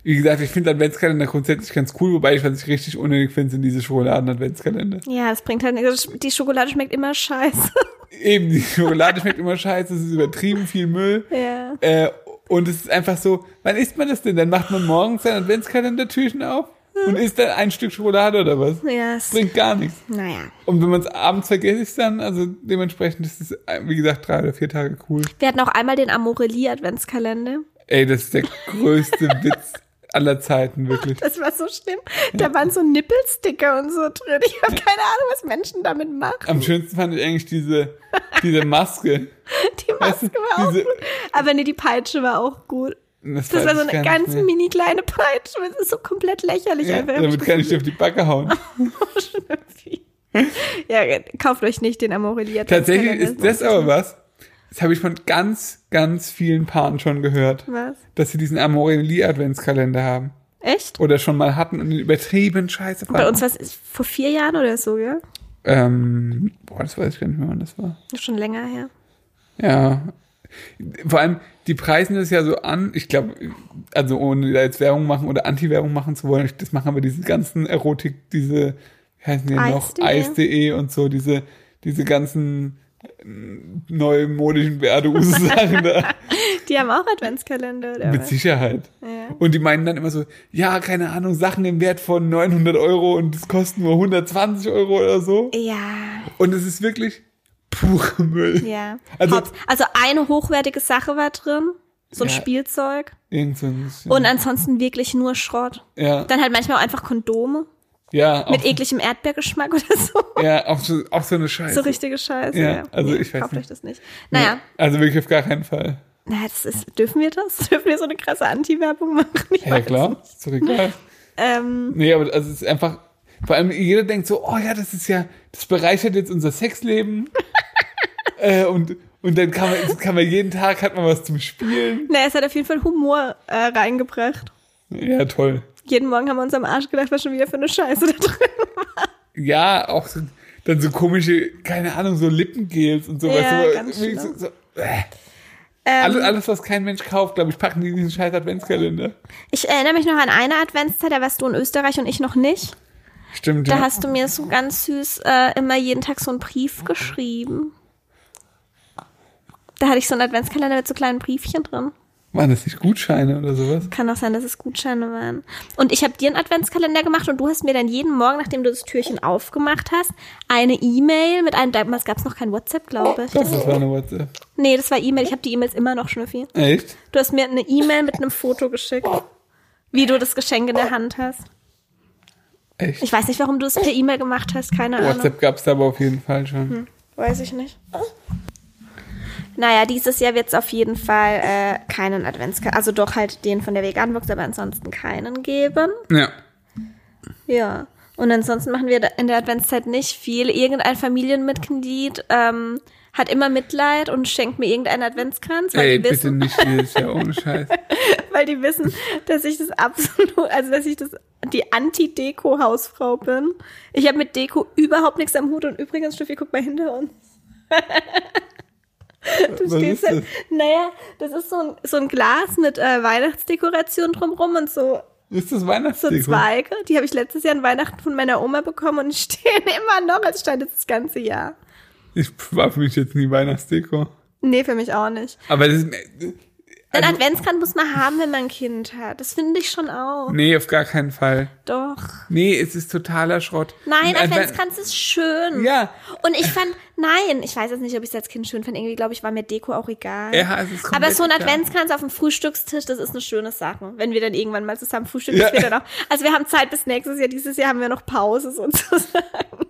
wie gesagt, ich finde Adventskalender grundsätzlich ganz cool, wobei ich, was ich richtig unnötig finde, sind diese Schokoladen-Adventskalender. Ja, das bringt halt nichts. Die Schokolade schmeckt immer scheiße. Eben, die Schokolade schmeckt immer scheiße, es ist übertrieben viel Müll. Ja. Äh, und es ist einfach so, wann isst man das denn? Dann macht man morgens sein Adventskalendertürchen auf und isst dann ein Stück Schokolade oder was? Ja, es, Bringt gar nichts. naja. Und wenn man es abends vergisst, ist dann, also dementsprechend ist es, äh, wie gesagt, drei oder vier Tage cool. Wir hatten auch einmal den Amorelli-Adventskalender. Ey, das ist der größte Witz aller Zeiten, wirklich. Das war so schlimm. Da waren so Nippelsticker und so drin. Ich habe keine Ahnung, was Menschen damit machen. Am schönsten fand ich eigentlich diese, diese Maske. Die Maske weißt du, war auch diese- gut. Aber nee, die Peitsche war auch gut. Das, Das weiß war so ich eine gar nicht ganz mehr. mini kleine Peitsche. Das ist so komplett lächerlich. ja, einfach. Damit kann ich dir auf die Backe hauen. ja, kauft euch nicht den Amorelli. Tatsächlich ist das aber was, das habe ich von ganz, ganz vielen Paaren schon gehört, Was? dass sie diesen Amorelli-Adventskalender haben. Echt? oder schon mal hatten und übertrieben scheiße fanden. Bei uns war es vor vier Jahren oder so, gell? Ähm, boah, das weiß ich gar nicht mehr, wann das war. Schon länger her. Ja. Vor allem, die preisen das ja so an, ich glaube, also ohne da jetzt Werbung machen oder Anti-Werbung machen zu wollen, das machen aber diese ganzen Erotik, diese, wie heißen die denn noch? Eis.de. Eis.de und so, diese, diese ganzen neumodischen Werdeuse-Sachen da. Die haben auch Adventskalender, oder? Mit was? Sicherheit. ne? Ja. Und die meinen dann immer so, ja, keine Ahnung, Sachen im Wert von 900 Euro und es kosten nur 120 Euro oder so. Ja, Und es ist wirklich pure Müll. ja. Also- Also, also eine hochwertige Sache war drin. So ein Ja. Spielzeug. Irgend so ein bisschen- Und ansonsten wirklich nur Schrott. ja, Dann halt manchmal auch einfach Kondome ja, auch, mit E- ekligem Erdbeergeschmack oder so. ja auch, so, auch so eine Scheiße. So richtige Scheiße. Ja, Ja, also Nee, ich weiß Kauft nicht. euch das nicht. Nee, Naja, Also wirklich auf gar keinen Fall. naja das ist, dürfen wir das? Dürfen wir so eine krasse Anti-Werbung machen? Ich Ja, weiß klar. nicht. Ist doch egal. Ähm, Nee, aber also es ist einfach, vor allem jeder denkt so, oh ja, das ist ja, das bereichert jetzt unser Sexleben. äh, und, und dann kann man, kann man jeden Tag, hat man was zum Spielen. naja, es hat auf jeden Fall Humor äh, reingebracht. Ja, toll. Jeden Morgen haben wir uns am Arsch gedacht, was schon wieder für eine Scheiße da drin. ja, auch so, dann so komische, keine Ahnung, so Lippengels und sowas. Ja, so, ganz wirklich so, schlimm. so, äh. Ähm. alles, alles, was kein Mensch kauft, glaube ich, packen die in diesen scheiß Adventskalender. Ich erinnere mich noch an eine Adventszeit, da warst du in Österreich und ich noch nicht. Stimmt, Da ja. hast du mir so ganz süß äh, immer jeden Tag so einen Brief geschrieben. Da hatte ich so einen Adventskalender mit so kleinen Briefchen drin. Waren das nicht Gutscheine oder sowas? Kann auch sein, dass es Gutscheine waren. Und ich habe dir einen Adventskalender gemacht und du hast mir dann jeden Morgen, nachdem du das Türchen aufgemacht hast, eine E-Mail mit einem, damals gab es noch kein WhatsApp, glaube ich. Ich glaube, das war eine WhatsApp. Nee, das war E-Mail. Ich habe die E-Mails immer noch, Schnüffi. Echt? Du hast mir eine E-Mail mit einem Foto geschickt, wie du das Geschenk in der Hand hast. Echt? Ich weiß nicht, warum du es per E-Mail gemacht hast, keine Ahnung. Hm. WhatsApp gab es da aber auf jeden Fall schon. Weiß ich nicht. Naja, dieses Jahr wird es auf jeden Fall äh, keinen Adventskalender, also doch halt den von der Veganbox, aber ansonsten keinen geben. Ja. Ja. Und ansonsten machen wir da- in der Adventszeit nicht viel. Irgendein Familienmitglied ähm, hat immer Mitleid und schenkt mir irgendeinen Adventskranz, weil, Ey, die bitte wissen, nicht dieses Jahr, ohne Scheiß. weil die wissen, dass ich das absolut, also dass ich das die Anti-Deko-Hausfrau bin. Ich habe mit Deko überhaupt nichts am Hut und übrigens, Steffi, guck mal hinter uns. Du Was stehst ist halt, das? naja, das ist so ein, so ein Glas mit äh, Weihnachtsdekoration drumrum und so Ist das so Weihnachtsdeko? Zweige. Die habe ich letztes Jahr an Weihnachten von meiner Oma bekommen und stehen immer noch, als stand es das ganze Jahr. Ich war für mich jetzt nie Weihnachtsdeko. Nee, für mich auch nicht. Aber das ist, Ein Also- Adventskranz muss man haben, wenn man ein Kind hat. Das finde ich schon auch. nee, auf gar keinen Fall. Doch. Nee, es ist totaler Schrott. Nein, Ein Adven- Adventskranz ist schön. Äh, Ja, Und ich fand, nein, ich weiß jetzt nicht, ob ich es als Kind schön fand. Irgendwie, glaube ich, war mir Deko auch egal. Ja, es ist komplett Aber so ein egal. Adventskranz auf dem Frühstückstisch, das ist eine schöne Sache. Wenn wir dann irgendwann mal zusammen frühstücken, Ja. das wird dann auch. Also wir haben Zeit bis nächstes Jahr. Dieses Jahr haben wir noch Pause sozusagen.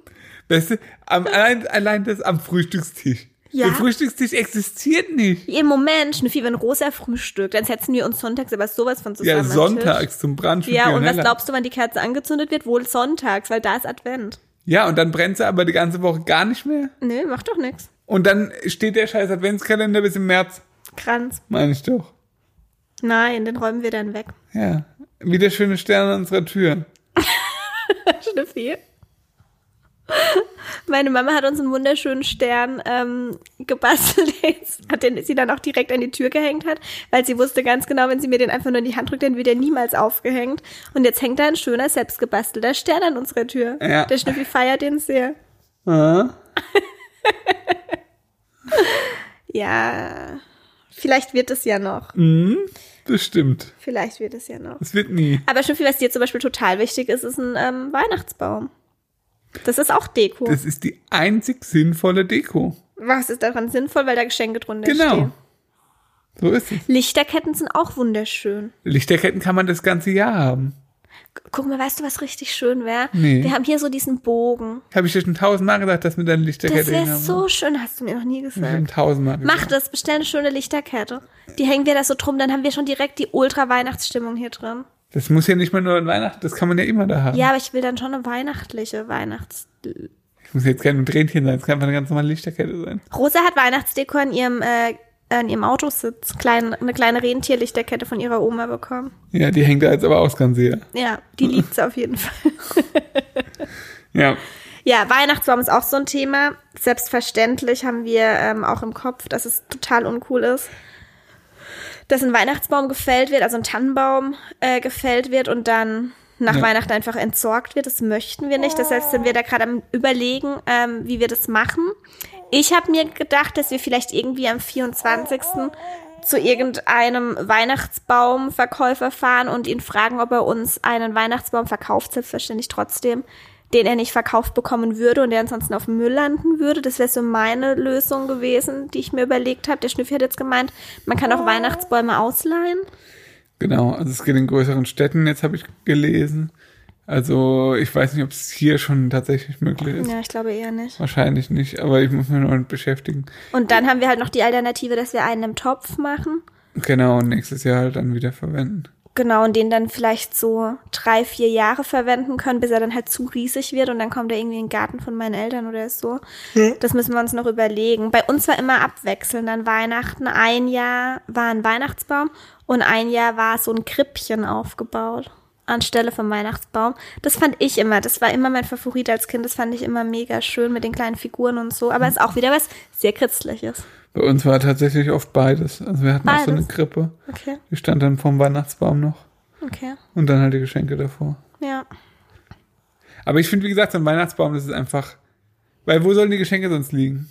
Weißt du, am, allein, allein das am Frühstückstisch. Ja. Der Frühstückstisch existiert nicht. Im Moment, Schnüffi, wenn Rosa frühstückt, dann setzen wir uns sonntags aber sowas von zusammen. Ja, am Tisch. sonntags zum Brunch. ne? mit Ja, und was Lionella. glaubst du, wann die Kerze angezündet wird? Wohl sonntags, weil da ist Advent. Ja, und dann brennt sie aber die ganze Woche gar nicht mehr. Nee, macht doch nix. Und dann steht der scheiß Adventskalender bis im März, Kranz. meine ich doch. Nein, den räumen wir dann weg. Ja. Wie der schöne Stern an unserer Tür. Schnüffi. Meine Mama hat uns einen wunderschönen Stern ähm, gebastelt, jetzt, hat den sie dann auch direkt an die Tür gehängt hat, weil sie wusste ganz genau, wenn sie mir den einfach nur in die Hand drückt, dann wird er niemals aufgehängt. Und jetzt hängt da ein schöner, selbstgebastelter Stern an unserer Tür. Ja. Der Schnüffi feiert den sehr. Ah. Ja, vielleicht wird es ja noch. Mhm. Bestimmt. Vielleicht wird es ja noch. Es wird nie. Aber schon viel, was dir zum Beispiel total wichtig ist, ist ein ähm, Weihnachtsbaum. Das ist auch Deko. Das ist die einzig sinnvolle Deko. was ist daran sinnvoll, weil da Geschenke drunter Genau. stehen. So ist es. Lichterketten sind auch wunderschön. Lichterketten kann man das ganze Jahr haben. Guck mal, weißt du, was richtig schön wäre? Nee. Wir haben hier so diesen Bogen. Habe ich dir schon tausendmal gesagt, dass wir dann Das Lichterketten wäre haben. so schön, hast du mir noch nie gesagt. Schon tausendmal. Mach gesagt. das, bestell eine schöne Lichterkette. Die hängen wir da so drum, dann haben wir schon direkt die Ultra-Weihnachtsstimmung hier drin. Das muss ja nicht mal nur an Weihnachten, das kann man ja immer da haben. Ja, aber ich will dann schon eine weihnachtliche Weihnachts... Ich muss jetzt kein Tränchen sein, es kann einfach eine ganz normale Lichterkette sein. Rosa hat Weihnachtsdeko an ihrem, äh, an ihrem Autositz, klein, eine kleine Rentierlichterkette von ihrer Oma bekommen. Ja, die hängt da jetzt aber auch das ganze Jahr. Ja, die liebt's auf jeden Fall. Ja. Ja, Weihnachtsbaum ist auch so ein Thema. Selbstverständlich haben wir ähm, auch im Kopf, dass es total uncool ist, dass ein Weihnachtsbaum gefällt wird, also ein Tannenbaum äh, gefällt wird und dann nach Ja. Weihnachten einfach entsorgt wird. Das möchten wir nicht. Deshalb sind wir da gerade am Überlegen, ähm, wie wir das machen. Ich habe mir gedacht, dass wir vielleicht irgendwie am 24. zu irgendeinem Weihnachtsbaumverkäufer fahren und ihn fragen, ob er uns einen Weihnachtsbaum verkauft, selbstverständlich trotzdem, den er nicht verkauft bekommen würde und der ansonsten auf dem Müll landen würde. Das wäre so meine Lösung gewesen, die ich mir überlegt habe. Der Schnüffi hat jetzt gemeint, man kann auch Weihnachtsbäume ausleihen. Genau, also es geht in größeren Städten, jetzt habe ich gelesen. Also ich weiß nicht, ob es hier schon tatsächlich möglich ist. Ja, ich glaube eher nicht. Wahrscheinlich nicht, aber ich muss mich noch damit beschäftigen. Und dann haben wir halt noch die Alternative, dass wir einen im Topf machen. Genau, und nächstes Jahr halt dann wieder verwenden. Genau, und den dann vielleicht so drei, vier Jahre verwenden können, bis er dann halt zu riesig wird und dann kommt er irgendwie in den Garten von meinen Eltern oder so. Das müssen wir uns noch überlegen. Bei uns war immer abwechselnd an Weihnachten. Ein Jahr war ein Weihnachtsbaum und ein Jahr war so ein Krippchen aufgebaut anstelle vom Weihnachtsbaum. Das fand ich immer, das war immer mein Favorit als Kind. Das fand ich immer mega schön mit den kleinen Figuren und so. Aber es ist auch wieder was sehr Kritzliches. Bei uns war tatsächlich oft beides. Also wir hatten auch so eine Beides. Krippe. Okay, Die stand dann vorm Weihnachtsbaum noch. okay, Und dann halt die Geschenke davor. ja. Aber ich finde, wie gesagt, so ein Weihnachtsbaum, das ist einfach. Weil wo sollen die Geschenke sonst liegen?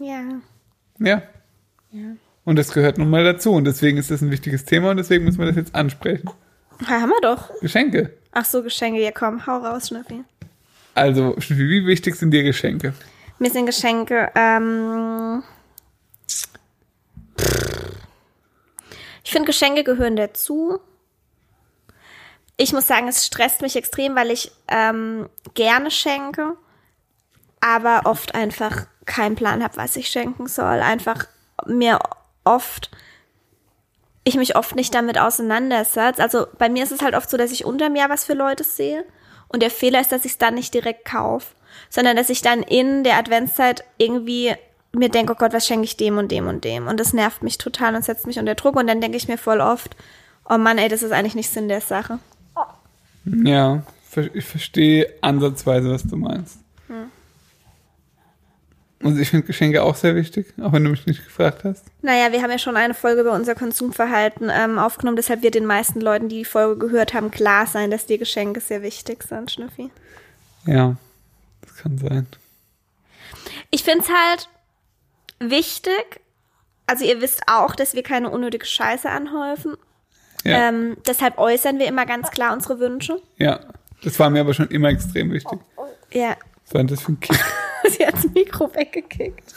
Ja. Ja. Und das gehört nun mal dazu. Und deswegen ist das ein wichtiges Thema und deswegen müssen wir das jetzt ansprechen. Ja, haben wir doch. Geschenke. Ach so, Geschenke, ja komm, hau raus, Schnüffi. Also, Schnüffi, wie wichtig sind dir Geschenke? Mir sind Geschenke, ähm. Ich finde, Geschenke gehören dazu. Ich muss sagen, es stresst mich extrem, weil ich ähm, gerne schenke, aber oft einfach keinen Plan habe, was ich schenken soll. Einfach, mir oft, ich mich oft nicht damit auseinandersetze. Also bei mir ist es halt oft so, dass ich unterm Jahr was für Leute sehe. Und der Fehler ist, dass ich es dann nicht direkt kaufe, sondern dass ich dann in der Adventszeit irgendwie mir denke, oh Gott, was schenke ich dem und dem und dem. Und das nervt mich total und setzt mich unter Druck. Und dann denke ich mir voll oft, oh Mann, ey, das ist eigentlich nicht Sinn der Sache. Ja, ver- ich verstehe ansatzweise, was du meinst. Und ich finde Geschenke auch sehr wichtig, auch wenn du mich nicht gefragt hast. Naja, wir haben ja schon eine Folge über unser Konsumverhalten ähm, aufgenommen, deshalb wird den meisten Leuten, die die Folge gehört haben, klar sein, dass dir Geschenke sehr wichtig sind, Schnüffi. Ja, das kann sein. Ich finde es halt wichtig, also ihr wisst auch, dass wir keine unnötige Scheiße anhäufen. Ja, Ähm, deshalb äußern wir immer ganz klar unsere Wünsche. ja. Das war mir aber schon immer extrem wichtig. Ja, Was war denn das für ein Kick? sie hat das Mikro weggekickt.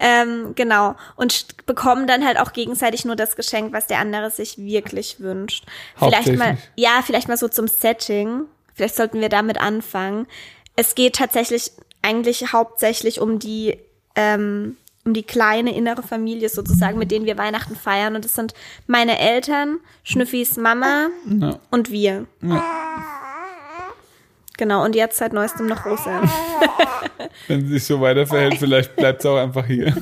Ähm, genau. Und st- bekommen dann halt auch gegenseitig nur das Geschenk, was der andere sich wirklich wünscht. Vielleicht mal, Hauptsächlich. ja, vielleicht mal so zum Setting. Vielleicht sollten wir damit anfangen. Es geht tatsächlich eigentlich hauptsächlich um die, ähm, um die kleine innere Familie sozusagen, mit denen wir Weihnachten feiern. Und das sind meine Eltern, Schnüffis Mama Ja. und wir. Genau. Und jetzt seit neuestem noch Rosa. Wenn sie sich so weiter Oh. verhält, vielleicht bleibt sie auch einfach hier.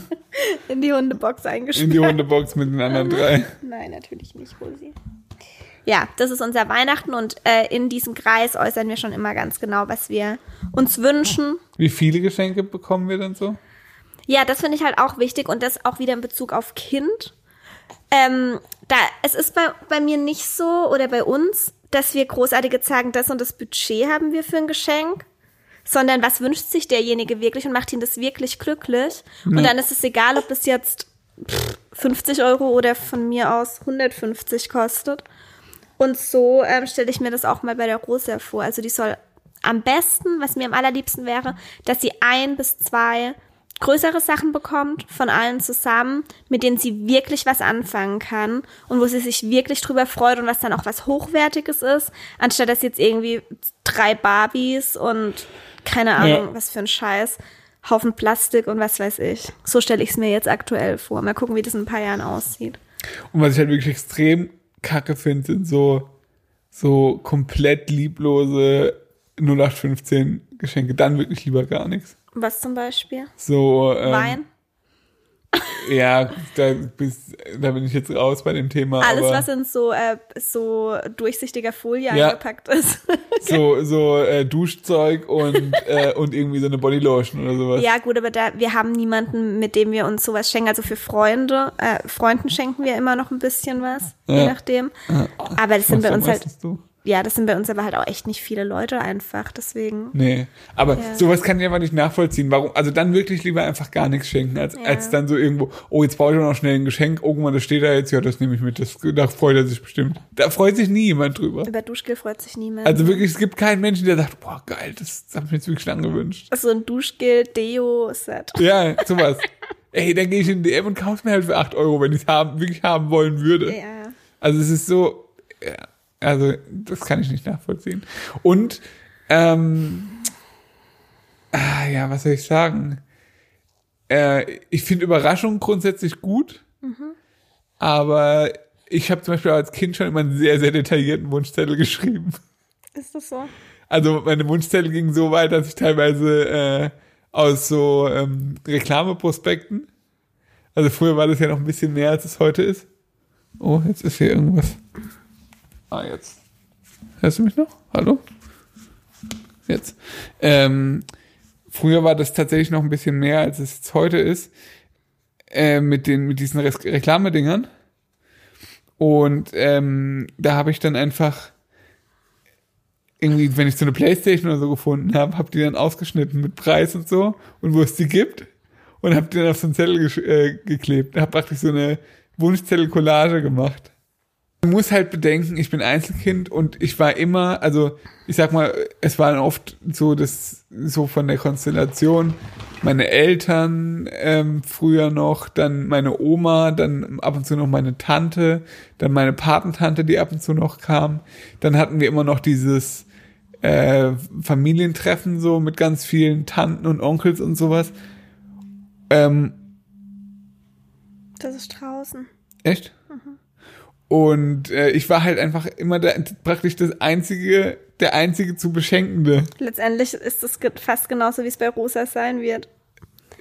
In die Hundebox eingeschmissen. In die Hundebox mit den anderen drei. Nein, natürlich nicht, Rosi. Ja, das ist unser Weihnachten und äh, in diesem Kreis äußern wir schon immer ganz genau, was wir uns wünschen. Wie viele Geschenke bekommen wir denn so? Ja, das finde ich halt auch wichtig und das auch wieder in Bezug auf Kind. Ähm, da, es ist bei, bei mir nicht so oder bei uns, dass wir großartig jetzt sagen, das und das Budget haben wir für ein Geschenk, sondern was wünscht sich derjenige wirklich und macht ihn das wirklich glücklich. Und dann ist es egal, ob es jetzt pff, 50 Euro oder von mir aus 150 kostet. Und so ähm, stelle ich mir das auch mal bei der Rosa vor. Also die soll am besten, was mir am allerliebsten wäre, dass sie ein bis zwei größere Sachen bekommt von allen zusammen, mit denen sie wirklich was anfangen kann und wo sie sich wirklich drüber freut und was dann auch was Hochwertiges ist, anstatt dass jetzt irgendwie drei Barbies und keine Ahnung, Ja. was für ein Scheiß, Haufen Plastik und was weiß ich. So stelle ich es mir jetzt aktuell vor. Mal gucken, wie das in ein paar Jahren aussieht. Und was ich halt wirklich extrem kacke finde, sind so, so komplett lieblose 0815 Geschenke. Dann wirklich lieber gar nichts. Was zum Beispiel? So, ähm, Wein? Ja, da, bis, da bin ich jetzt raus bei dem Thema. Alles, aber was in so, äh, so durchsichtiger Folie Ja. eingepackt ist. so, so äh, Duschzeug und, äh, und irgendwie so eine Bodylotion oder sowas. ja, gut, aber da, wir haben niemanden, mit dem wir uns sowas schenken. Also für Freunde, äh, Freunden schenken wir immer noch ein bisschen was, je Ja. nachdem. Aber das sind Was bei uns halt, meistens du? ja, das sind bei uns aber halt auch echt nicht viele Leute einfach, deswegen. Nee, aber Ja. sowas kann ich einfach nicht nachvollziehen. Warum? Also dann wirklich lieber einfach gar nichts schenken, als, als dann so irgendwo, oh, jetzt brauche ich doch noch schnell ein Geschenk. Oh, guck mal, das steht da jetzt. Ja, das nehme ich mit. Das, da freut er sich bestimmt. Da freut sich nie jemand drüber. Über Duschgel freut sich niemand. Also wirklich, es gibt keinen Menschen, der sagt, boah, geil, das, das habe ich mir jetzt wirklich lang gewünscht. so Also ein Duschgel-Deo-Set. Ja, sowas. Ey, dann gehe ich in die DM und kaufe mir halt für 8 Euro, wenn ich es haben, wirklich haben wollen würde. Ja. Also es ist so, ja, also das kann ich nicht nachvollziehen. Und ähm, ah, ja, was soll ich sagen? Äh, ich finde Überraschungen grundsätzlich gut, aber ich habe zum Beispiel als Kind schon immer einen sehr, sehr detaillierten Wunschzettel geschrieben. Ist das so? Also meine Wunschzettel gingen so weit, dass ich teilweise äh, aus so ähm, Reklameprospekten, also früher war das ja noch ein bisschen mehr, als es heute ist. Oh, jetzt ist hier irgendwas. Ah, jetzt. Hörst du mich noch? Hallo? Jetzt. Ähm, früher war das tatsächlich noch ein bisschen mehr, als es jetzt heute ist, äh, mit, den, mit diesen Res- Reklamedingern. Und ähm, da habe ich dann einfach irgendwie, wenn ich so eine Playstation oder so gefunden habe, habe die dann ausgeschnitten mit Preis und so und wo es die gibt und habe die dann auf so einen Zettel gesch- äh, geklebt. Habe praktisch so eine Wunschzettel-Collage gemacht. Man muss halt bedenken, ich bin Einzelkind und ich war immer, also ich sag mal, es waren oft so das, so von der Konstellation, meine Eltern ähm, früher noch, dann meine Oma, dann ab und zu noch meine Tante, dann meine Patentante, die ab und zu noch kam. Dann hatten wir immer noch dieses äh, Familientreffen so mit ganz vielen Tanten und Onkels und sowas. Ähm, Das ist draußen. Echt? Mhm. Und äh, ich war halt einfach immer der, praktisch das einzige, der einzige zu beschenkende. Letztendlich ist es ge- fast genauso, wie es bei Rosa sein wird.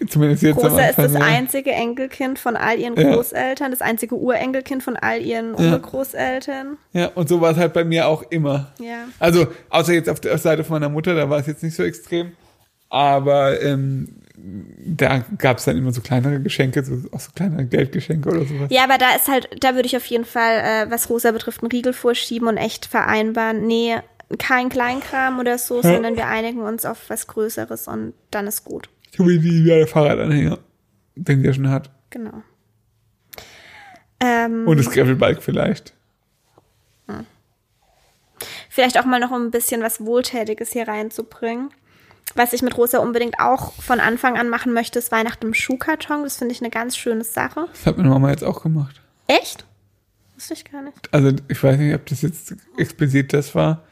Zumindest jetzt am Rosa ist das Anfang. ja. einzige Enkelkind von all ihren Ja. Großeltern, das einzige Urenkelkind von all ihren Urgroßeltern. ja, und so war es halt bei mir auch immer. Ja. Also, außer jetzt auf der Seite von meiner Mutter, da war es jetzt nicht so extrem. Aber ähm, da gab es dann immer so kleinere Geschenke, so, auch so kleinere Geldgeschenke oder sowas. Ja, aber da ist halt, da würde ich auf jeden Fall, äh, was Rosa betrifft, einen Riegel vorschieben und echt vereinbaren. Nee, kein Kleinkram oder so, sondern wir einigen uns auf was Größeres und dann ist gut. So wie, wie der Fahrradanhänger, den der schon hat. Genau. Ähm, Und das Gravelbike vielleicht. vielleicht auch mal noch um ein bisschen was Wohltätiges hier reinzubringen. Was ich mit Rosa unbedingt auch von Anfang an machen möchte, ist Weihnachten im Schuhkarton. Das finde ich eine ganz schöne Sache. Das hat meine Mama jetzt auch gemacht. Echt? Wusste ich gar nicht. Also ich weiß nicht, ob das jetzt explizit das war.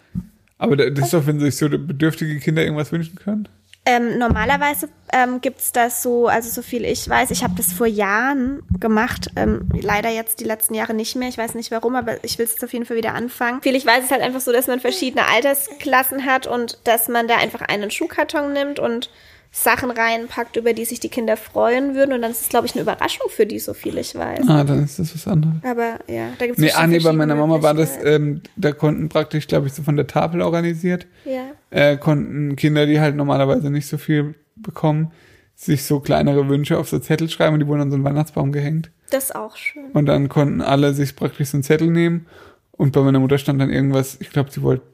Aber da- das ist doch, wenn sich so bedürftige Kinder irgendwas wünschen können. Ähm, normalerweise ähm, gibt's das so, also so viel ich weiß, ich habe das vor Jahren gemacht, ähm, leider jetzt die letzten Jahre nicht mehr, ich weiß nicht warum, aber ich will es auf jeden Fall wieder anfangen. Viel ich weiß ist halt einfach so, dass man verschiedene Altersklassen hat und dass man da einfach einen Schuhkarton nimmt und Sachen reinpackt, über die sich die Kinder freuen würden und dann ist es, glaube ich, eine Überraschung für die, so viel ich weiß. Ah, dann ist das was anderes. Aber ja, da gibt's Nee, bestimmt ah, nee, bei meiner verschiedene Mama war das, Möglichkeiten. ähm, da konnten praktisch, glaube ich, so von der Tafel organisiert, Ja. äh, konnten Kinder, die halt normalerweise nicht so viel bekommen, sich so kleinere Wünsche auf so Zettel schreiben und die wurden an so einen Weihnachtsbaum gehängt. Das ist auch schön. Und dann konnten alle sich praktisch so einen Zettel nehmen und bei meiner Mutter stand dann irgendwas, ich glaube, sie wollte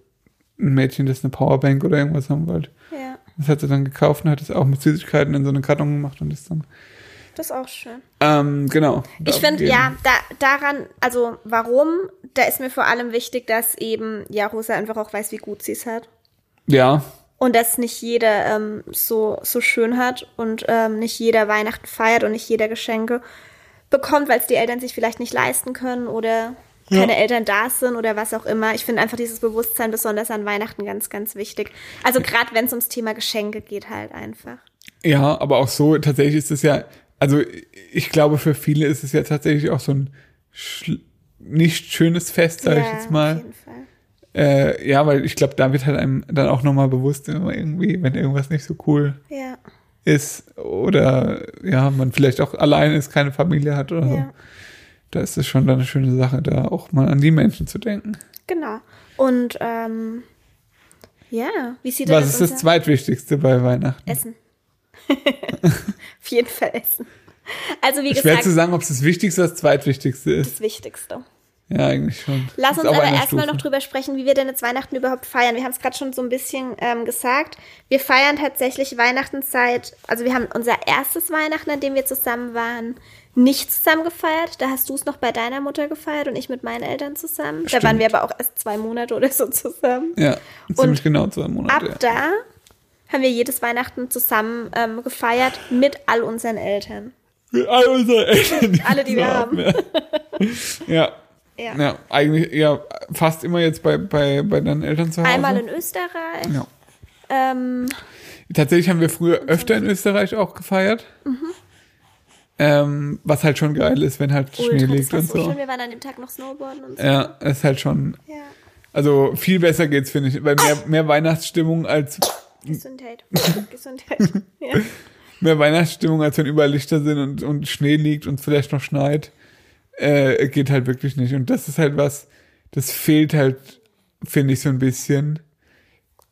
ein Mädchen, das eine Powerbank oder irgendwas haben wollte. Ja, Das hat sie dann gekauft und hat es auch mit Süßigkeiten in so einen Karton gemacht und ist dann. das ist auch schön. Ähm, genau. Ich finde, Darum ja, gehen. da, daran, also warum, da ist mir vor allem wichtig, dass eben, ja, Rosa einfach auch weiß, wie gut sie es hat. Ja, Und dass nicht jeder ähm, so, so schön hat und ähm, nicht jeder Weihnachten feiert und nicht jeder Geschenke bekommt, weil es die Eltern sich vielleicht nicht leisten können oder Ja. keine Eltern da sind oder was auch immer. Ich finde einfach dieses Bewusstsein besonders an Weihnachten ganz, ganz wichtig. Also gerade wenn es ums Thema Geschenke geht, halt einfach. Ja, aber auch so, tatsächlich ist es ja, also ich glaube, für viele ist es ja tatsächlich auch so ein schl- nicht schönes Fest, sage ich Ja, jetzt Auf mal. jeden Fall. Äh, ja, weil ich glaube, da wird halt einem dann auch nochmal bewusst, wenn man irgendwie, wenn irgendwas nicht so cool Ja. ist oder ja, man vielleicht auch allein ist, keine Familie hat oder so. Ja. Da ist es schon dann eine schöne Sache, da auch mal an die Menschen zu denken. Genau. Und ähm, ja, wie sieht Was denn ist das unser- zweitwichtigste bei Weihnachten? Essen? Auf jeden Fall Essen. Also wie Schwer zu gesagt, sagen, ob es das Wichtigste oder das Zweitwichtigste ist. das Wichtigste. Ja, eigentlich schon. Lass Ist uns auf aber einer erstmal Stufe. noch drüber sprechen, wie wir denn jetzt Weihnachten überhaupt feiern. Wir haben es gerade schon so ein bisschen ähm, gesagt. Wir feiern tatsächlich Weihnachten seit, also wir haben unser erstes Weihnachten, an dem wir zusammen waren, nicht zusammen gefeiert. Da hast du es noch bei deiner Mutter gefeiert und ich mit meinen Eltern zusammen. Stimmt. Da waren wir aber auch erst zwei Monate oder so zusammen. Ja, ziemlich genau zwei ab Monate. Ja. da haben wir jedes Weihnachten zusammen ähm, gefeiert mit all unseren Eltern. Für All unsere Eltern. die Alle, die wir haben. Ja. ja. Ja. Ja, eigentlich, ja, fast immer jetzt bei, bei, bei deinen Eltern zu Hause. Einmal in Österreich. ja. Ähm, Tatsächlich haben wir früher öfter in Österreich auch gefeiert. Ähm, was halt schon geil ist, wenn halt Schnee Ultra, das liegt war und so so. schön. Wir waren an dem Tag noch Snowboarden und so. Ja, ist halt schon, Ja. also viel besser geht's, finde ich, weil mehr, mehr Weihnachtsstimmung als, Gesundheit. Gesundheit. Ja. mehr Weihnachtsstimmung als wenn überall Lichter sind und, und Schnee liegt und vielleicht noch schneit, äh, geht halt wirklich nicht. Und das ist halt was, das fehlt halt, finde ich, so ein bisschen.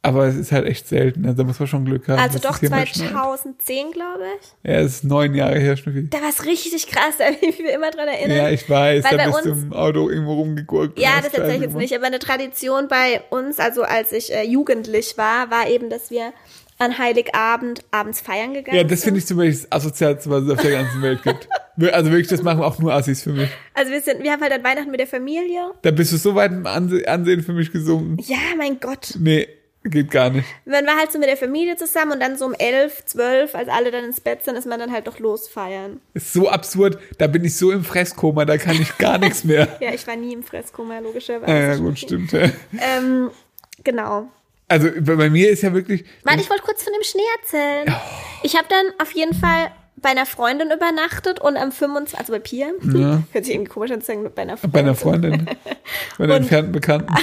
Aber es ist halt echt selten. Also da muss man schon Glück haben. Also dass es doch hier mal schneit. 2010, glaube ich. Ja, es ist neun Jahre her, Schnuffi. Da war es richtig krass, da bin ich mir immer dran erinnern. Ja, ich weiß, Weil da bei bist du uns- im Auto irgendwo rumgegurkt. und Ja, hast das erzähle ich Scheiße jetzt gemacht. nicht, aber eine Tradition bei uns, also als ich äh, jugendlich war, war eben, dass wir an Heiligabend abends feiern gegangen Ja, sind. das finde ich zum Beispiel das Asozialste, was es auf der ganzen Welt gibt. Wir- Also wirklich, das machen auch nur Assis für mich. Also wir sind, wir haben halt an Weihnachten mit der Familie. Da bist du so weit im Anse- Ansehen für mich gesunken. Ja, mein Gott. Nee, geht gar nicht. Man war halt so mit der Familie zusammen und dann so um elf, zwölf, als alle dann ins Bett sind, ist man dann halt doch losfeiern. Ist so absurd, da bin ich so im Fresskoma, da kann ich gar nichts mehr. Ja, ich war nie im Fresskoma, logischerweise. Ja, ja, gut, stimmt. ja. Ähm, genau. Also bei bei mir ist ja wirklich. Mann, ich wollte kurz von dem Schnee erzählen. Ich habe dann auf jeden Fall bei einer Freundin übernachtet und am 25. also bei Pia. Ja. Hört sich irgendwie komisch an zu sagen, bei einer Freundin. Bei einer Freundin. Bei einer Und- entfernten Bekannten.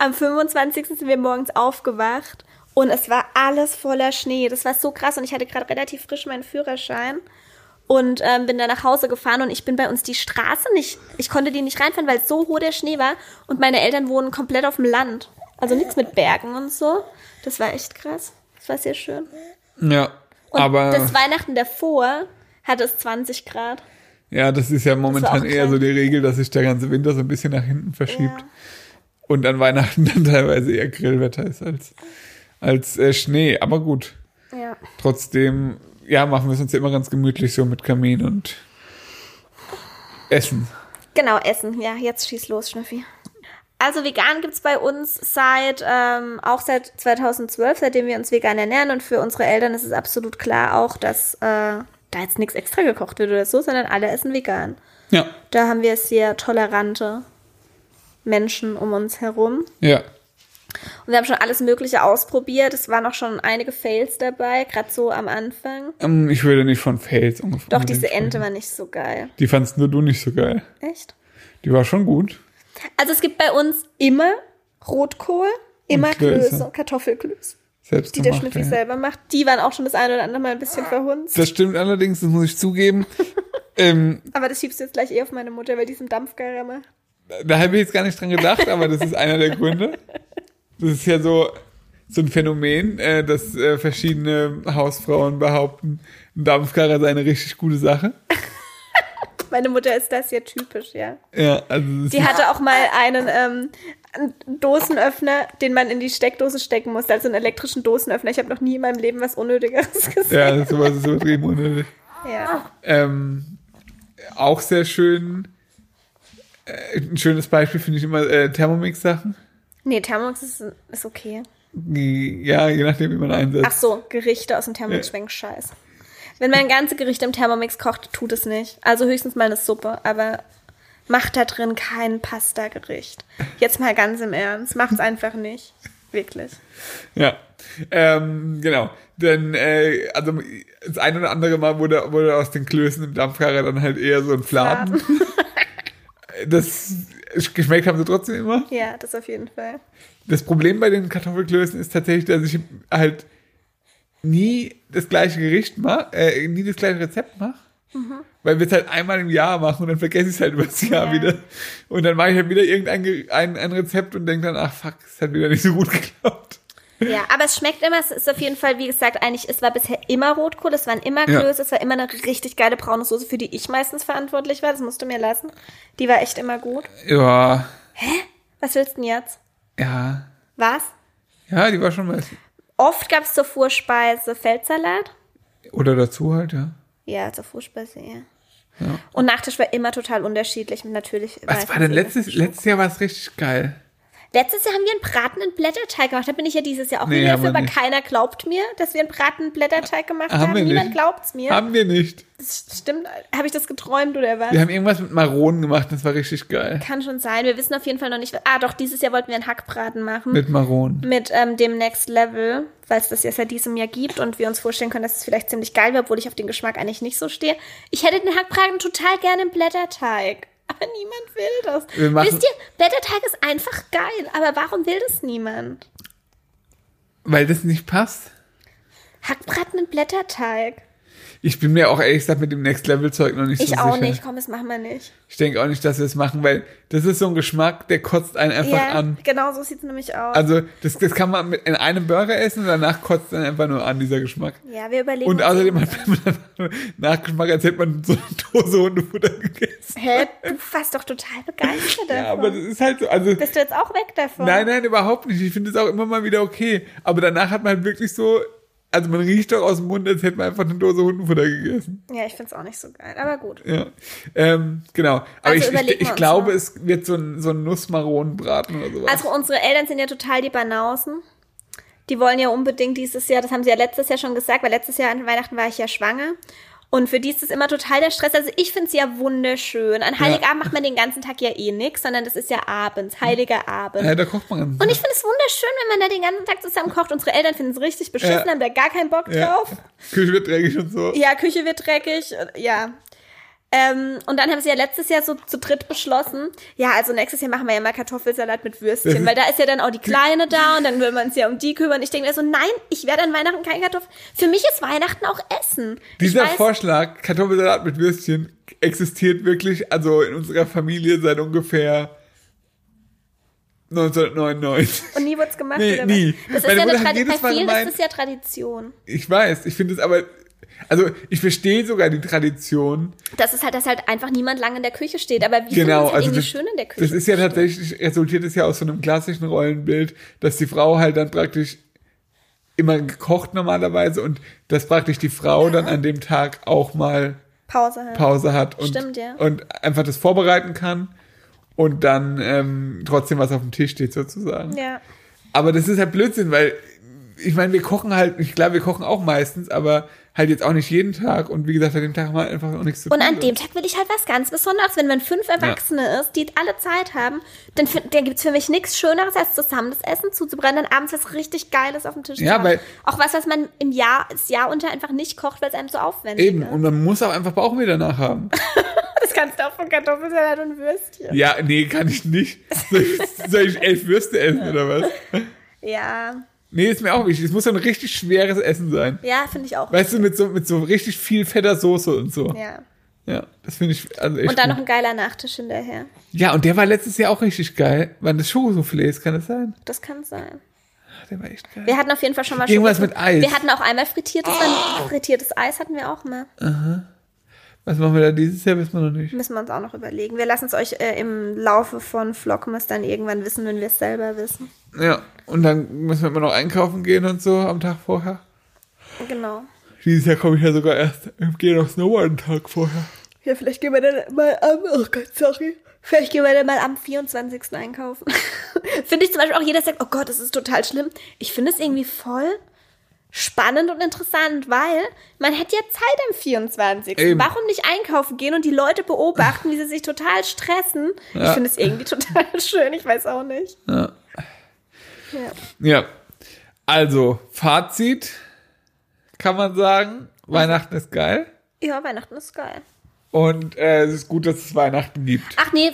Am 25. sind wir morgens aufgewacht und es war alles voller Schnee. Das war so krass und ich hatte gerade relativ frisch meinen Führerschein und ähm, bin dann nach Hause gefahren und ich bin bei uns die Straße nicht, ich konnte die nicht reinfahren, weil so hoch der Schnee war und meine Eltern wohnen komplett auf dem Land. Also nichts mit Bergen und so. Das war echt krass. Das war sehr schön. Ja. Und aber das Weihnachten davor hatte es 20 Grad. ja, das ist ja momentan auch eher krank. so die Regel, dass sich der ganze Winter so ein bisschen nach hinten verschiebt. Ja. Und an Weihnachten dann teilweise eher Grillwetter ist als, als äh, Schnee. Aber gut. Ja. Trotzdem, ja, machen wir es uns immer ganz gemütlich so mit Kamin und Essen. Genau, Essen. Ja, jetzt schieß los, Schnüffi. Also vegan gibt's bei uns seit, ähm, auch seit 2012, seitdem wir uns vegan ernähren. Und für unsere Eltern ist es absolut klar auch, dass äh, da jetzt nichts extra gekocht wird oder so, sondern alle essen vegan. Ja, Da haben wir sehr tolerante Menschen um uns herum. ja. Und wir haben schon alles Mögliche ausprobiert. Es waren auch schon einige Fails dabei, gerade so am Anfang. Ähm, ich würde nicht von Fails ungefähr. Doch, diese Ente war nicht so geil. Die fandst nur du nicht so geil. Echt? Die war schon gut. Also es gibt bei uns immer Rotkohl, immer Und Klöße. Klöße, Kartoffelklöße, Selbst die der gemacht, Schnüffi ja. selber macht. Die waren auch schon das eine oder andere Mal ein Ah. bisschen verhunzt. Das stimmt allerdings, das muss ich zugeben. ähm, Aber das schiebst du jetzt gleich eh auf meine Mutter, weil die ist im Dampfgarer macht. da habe ich jetzt gar nicht dran gedacht, aber das ist einer der Gründe. Das ist ja so, so ein Phänomen, äh, dass äh, verschiedene Hausfrauen behaupten, ein Dampfkarrer sei eine richtig gute Sache. Meine Mutter ist das ja typisch, ja. Ja, also das Die hatte auch mal einen, ähm, einen Dosenöffner, den man in die Steckdose stecken musste, also einen elektrischen Dosenöffner. Ich habe noch nie in meinem Leben was Unnötigeres gesehen. Ja, sowas ist übertrieben unnötig. Ja. Ähm, auch sehr schön. Äh, ein schönes Beispiel finde ich immer äh, Thermomix-Sachen. Nee, Thermomix ist, ist okay. Ja, je nachdem, wie man einsetzt. Ach so, Gerichte aus dem Thermomix Ja. schmecken scheiße. Wenn man ganze Gerichte im Thermomix kocht, tut es nicht. Also höchstens mal eine Suppe, aber macht da drin kein Pasta-Gericht. Jetzt mal ganz im Ernst, macht's einfach nicht. Wirklich. Ja. Ähm, genau. Denn, äh, also das ein oder andere Mal wurde, wurde aus den Klößen im Dampfkarrer dann halt eher so ein Fladen. das geschmeckt haben sie trotzdem immer. Ja, das auf jeden Fall. Das Problem bei den Kartoffelklößen ist tatsächlich, dass ich halt nie das gleiche Gericht mache, äh, nie das gleiche Rezept mache. Weil wir es halt einmal im Jahr machen und dann vergesse ich es halt über das Jahr Ja. wieder. Und dann mache ich halt wieder irgendein Ge- ein, ein Rezept und denke dann, ach fuck, es hat wieder nicht so gut geklappt. Ja, aber es schmeckt immer, es ist auf jeden Fall, wie gesagt, eigentlich, es war bisher immer Rotkohl, es waren immer Ja. Klöße, es war immer eine richtig geile braune Soße, für die ich meistens verantwortlich war, das musst du mir lassen. Die war echt immer gut. Ja, Was willst du denn jetzt? ja. Was? Ja, die war schon mal. Oft gab's zur Vorspeise Feldsalat. Oder dazu halt, ja. Ja, zur Vorspeise, ja. Ja. Und Nachtisch war immer total unterschiedlich. mit Natürlich. Was meistens war denn irgendwas letztes, Geschoben. letztes Jahr war es richtig geil. Letztes Jahr haben wir einen bratenden Blätterteig gemacht. Da bin ich ja dieses Jahr auch Nee, wieder haben wir dafür, aber nicht. keiner glaubt mir, dass wir einen bratenden Blätterteig gemacht Haben haben. wir Niemand nicht. glaubt's mir. Haben wir nicht. das stimmt. Habe ich das geträumt oder was? Wir haben irgendwas mit Maronen gemacht, das war richtig geil. Kann schon sein. Wir wissen auf jeden Fall noch nicht. was- Ah, doch, dieses Jahr wollten wir einen Hackbraten machen. Mit Maronen. mit ähm, dem Next Level, weil es das jetzt seit diesem Jahr gibt und wir uns vorstellen können, dass es vielleicht ziemlich geil wäre, obwohl ich auf den Geschmack eigentlich nicht so stehe. Ich hätte den Hackbraten total gerne im Blätterteig. Aber niemand will das. Wir machen- Wisst ihr, Blätterteig ist einfach geil, aber warum will das niemand? Weil das nicht passt. Hackbraten mit Blätterteig. Ich bin mir auch ehrlich gesagt mit dem Next Level Zeug noch nicht Ich so sicher. auch nicht, komm, das machen wir nicht. Ich denke auch nicht, dass wir es machen, weil das ist so ein Geschmack, der kotzt einen einfach Ja, an. genau so sieht es nämlich aus. Also das, das kann man mit in einem Burger essen und danach kotzt dann einfach nur an, dieser Geschmack. ja, wir überlegen. Und uns- außerdem hat man dann Nachgeschmack, als hätte man so eine Dose Hundefutter gegessen. Hä, du warst doch total begeistert davon. Ja, aber das ist halt so. Also, Bist du jetzt auch weg davon? nein, nein, überhaupt nicht. Ich finde es auch immer mal wieder okay. Aber danach hat man halt wirklich so, also man riecht doch aus dem Mund, als hätte man einfach eine Dose Hundefutter gegessen. Ja, ich find's auch nicht so geil, aber gut. Ja, ähm, genau. Aber Also ich, ich, überlegen wir ich uns glaube, mal. es wird so ein, so ein Nussmaronenbraten oder sowas. Also unsere Eltern sind ja total die Banausen. Die wollen ja unbedingt dieses Jahr, das haben sie ja letztes Jahr schon gesagt, weil letztes Jahr an Weihnachten war ich ja schwanger. Und für die ist es immer total der Stress. Also ich finde es ja wunderschön. An Heiligabend macht man den ganzen Tag ja eh nichts, sondern das ist ja abends, heiliger Abend. Ja, da kocht man ganz Und ich finde es wunderschön, wenn man da den ganzen Tag zusammen kocht. Unsere Eltern finden es richtig beschissen, Ja. haben da gar keinen Bock drauf. Küche wird dreckig und so. Ja, Küche wird dreckig, äh, ja. Ähm, und dann haben sie ja letztes Jahr so zu dritt beschlossen, ja, also nächstes Jahr machen wir ja mal Kartoffelsalat mit Würstchen, weil da ist ja dann auch die Kleine da und dann will man es ja um die kümmern. Ich denke mir so, nein, ich werde an Weihnachten kein Kartoffel. Für mich ist Weihnachten auch Essen. Dieser ich weiß, Vorschlag, Kartoffelsalat mit Würstchen, existiert wirklich, also in unserer Familie seit ungefähr 1999. und nie wird's gemacht. Nee, oder was? nie. Das ist Meine ja eine Mutter hat Tradition. jedes Bei Mal vielen gemeint- ist es ja Tradition. Ich weiß, ich finde es aber, also ich verstehe sogar die Tradition. Das ist halt, dass halt einfach niemand lange in der Küche steht. Aber wir finden Genau, es halt also irgendwie das, schön in der Küche. das ist ja tatsächlich, resultiert es ja aus so einem klassischen Rollenbild, dass die Frau halt dann praktisch immer gekocht normalerweise und dass praktisch die Frau dann an dem Tag auch mal Pause halt. Pause hat und, Stimmt, ja. und einfach das vorbereiten kann und dann ähm, trotzdem was auf dem Tisch steht sozusagen. Ja. Aber das ist halt Blödsinn, weil ich meine, wir kochen halt, ich glaube, wir kochen auch meistens, aber halt jetzt auch nicht jeden Tag und wie gesagt, an dem Tag haben wir einfach auch nichts zu tun. Und an dem Tag will ich halt was ganz Besonderes. Wenn man fünf Erwachsene ist, die alle Zeit haben, dann, find- dann gibt's für mich nichts Schöneres, als zusammen das Essen zuzubereiten und abends was richtig Geiles auf dem Tisch Ja, zu haben. weil- Auch was, was man im Jahr, das Jahr unter einfach nicht kocht, weil es einem so aufwendig Eben, ist. und man muss auch einfach Bauchweh danach haben. Das kannst du auch von Kartoffelsalat und Würstchen. Ja, nee, kann ich nicht. Soll ich, soll ich elf Würste essen oder was? Ja, Nee, ist mir auch wichtig. Es muss so ein richtig schweres Essen sein. ja, finde ich auch. Weißt du, mit so, mit so richtig viel fetter Soße und so. Ja, ja. das finde ich also echt Und dann gut. noch ein geiler Nachtisch hinterher. Ja, und der war letztes Jahr auch richtig geil. Waren das Schokosoufflés, kann das sein? Das kann sein. Ach, der war echt geil. Wir hatten auf jeden Fall schon mal Irgendwas Schokolade- mit Eis. Wir hatten auch einmal frittiertes, dann frittiertes Eis hatten wir auch mal. Was machen wir da dieses Jahr, wissen wir noch nicht. Müssen wir uns auch noch überlegen. Wir lassen es euch äh, im Laufe von Vlogmas dann irgendwann wissen, wenn wir es selber wissen. Ja, und dann müssen wir immer noch einkaufen gehen und so am Tag vorher. Genau. Dieses Jahr komme ich ja sogar erst, ich gehe noch Snowboarden einen Tag vorher. Ja, vielleicht gehen wir dann mal am, oh Gott, sorry. Vielleicht gehen wir dann mal am 24. einkaufen. finde ich zum Beispiel auch jeder sagt, oh Gott, das ist total schlimm. Ich finde es irgendwie voll spannend und interessant, weil man hätte ja Zeit am 24. Eben. Warum nicht einkaufen gehen und die Leute beobachten, wie sie sich total stressen? Ich Ja. finde es irgendwie total schön, ich weiß auch nicht. Ja. Ja. ja. Also, Fazit kann man sagen, Weihnachten ist geil. ja, Weihnachten ist geil. Und äh, es ist gut, dass es Weihnachten gibt. Ach nee,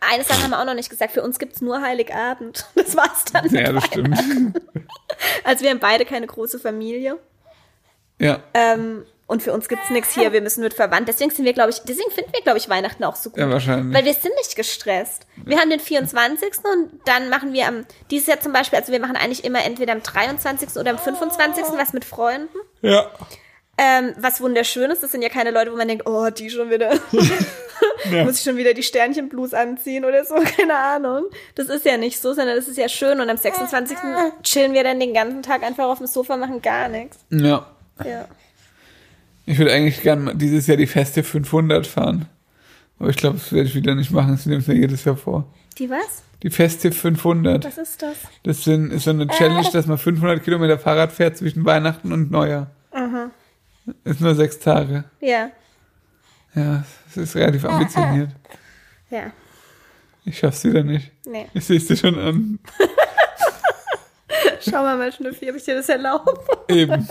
eine Sache haben wir auch noch nicht gesagt. Für uns gibt's nur Heiligabend. Das war's dann. Ja, das stimmt. Also wir haben beide keine große Familie. Ja, Ähm, und für uns gibt's nix hier. Wir müssen mit verwandt. Deswegen sind wir, glaube ich, deswegen finden wir, glaube ich, Weihnachten auch so gut. ja wahrscheinlich. Weil wir sind nicht gestresst. Wir haben den 24. und dann machen wir am, dieses Jahr zum Beispiel, also wir machen eigentlich immer entweder am 23. oder am 25. was mit Freunden. Ja. Ähm, was wunderschön ist, das sind ja keine Leute, wo man denkt, oh, die schon wieder. Ja. Muss ich schon wieder die Sternchenblues anziehen oder so, keine Ahnung. Das ist ja nicht so, sondern das ist ja schön. Und am 26. chillen wir dann den ganzen Tag einfach auf dem Sofa, machen gar nichts. ja. Ja. Ich würde eigentlich gern dieses Jahr die Feste 500 fahren. Aber ich glaube, das werde ich wieder nicht machen. Das nehme ich mir jedes Jahr vor. Die was? Die Feste 500. Was ist das? Das sind, ist so eine Challenge, dass man 500 Kilometer Fahrrad fährt zwischen Weihnachten und Neujahr. Mhm. Ist nur sechs Tage. Ja. Ja, es ist relativ ambitioniert. Ja. Ich schaff's wieder nicht. Nee. Ich sehe es dir schon an. Schau mal, mal Schnüffi, ob ich dir das erlaube. Eben.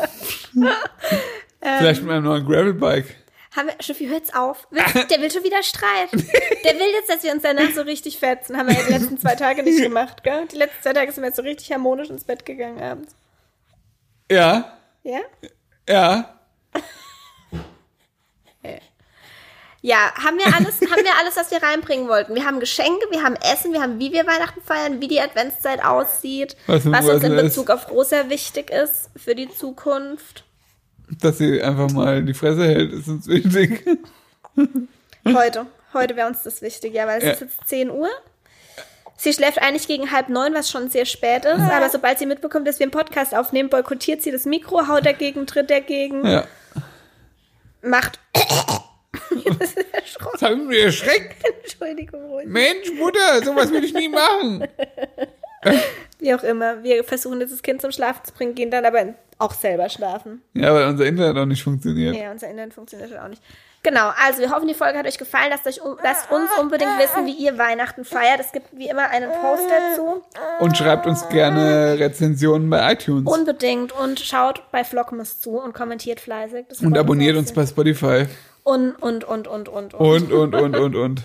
Vielleicht mit meinem neuen Gravelbike. Haben wir, Schnüffi, hör jetzt auf. Will, der will schon wieder streiten. Der will jetzt, dass wir uns danach so richtig fetzen. Haben wir ja die letzten zwei Tage nicht gemacht, gell? Die letzten zwei Tage sind wir jetzt so richtig harmonisch ins Bett gegangen abends. Ja, Ja? ja. Ja, haben wir alles, haben wir alles, was wir reinbringen wollten. Wir haben Geschenke, wir haben Essen, wir haben, wie wir Weihnachten feiern, wie die Adventszeit aussieht, Was was, im uns in Westen Bezug auf Rosa wichtig ist für die Zukunft. Dass sie einfach mal die Fresse hält, ist uns wichtig. Heute, heute wäre uns das wichtig, ja, weil es Ja. ist jetzt 10 Uhr. Sie schläft eigentlich gegen halb neun, was schon sehr spät ist, aber sobald sie mitbekommt, dass wir einen Podcast aufnehmen, boykottiert sie das Mikro, haut dagegen, tritt dagegen, Ja. macht. das ist erschrocken. Das haben wir erschreckt. Entschuldigung, ruhig. Mensch, Mutter, sowas will ich nie machen. Wie auch immer. Wir versuchen jetzt das Kind zum Schlafen zu bringen, gehen dann aber auch selber schlafen. Ja, weil unser Internet auch nicht funktioniert. Ja, unser Internet funktioniert schon auch nicht. Genau, also wir hoffen, die Folge hat euch gefallen. Lasst, euch, un- lasst uns unbedingt wissen, wie ihr Weihnachten feiert. Es gibt wie immer einen Post dazu. Und schreibt uns gerne Rezensionen bei iTunes. Und, Unbedingt. Und schaut bei Vlogmas zu und kommentiert fleißig. Das freut abonniert uns bei Spotify. Und, und, und, und, und, und. Und, und, und, und, und.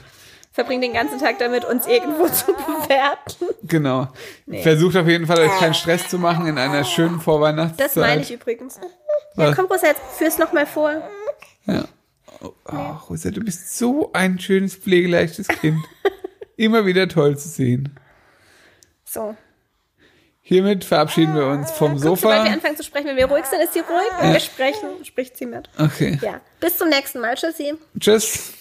Verbringt den ganzen Tag damit, uns irgendwo zu bewerten. Genau. Versucht auf jeden Fall, euch keinen Stress zu machen in einer schönen Vorweihnachtszeit. Das meine ich übrigens. Ja, komm, Rosa, jetzt führ's nochmal vor. Ja. Oh, oh, Rosa, du bist so ein schönes, pflegeleichtes Kind. Immer wieder toll zu sehen. So. Hiermit verabschieden wir uns vom Sobald wir Sofa. anfangen zu sprechen, wenn wir ruhig sind, ist sie ruhig. Wenn wir sprechen, spricht sie mit. Okay. Ja. Bis zum nächsten Mal. Tschüssi. Tschüss.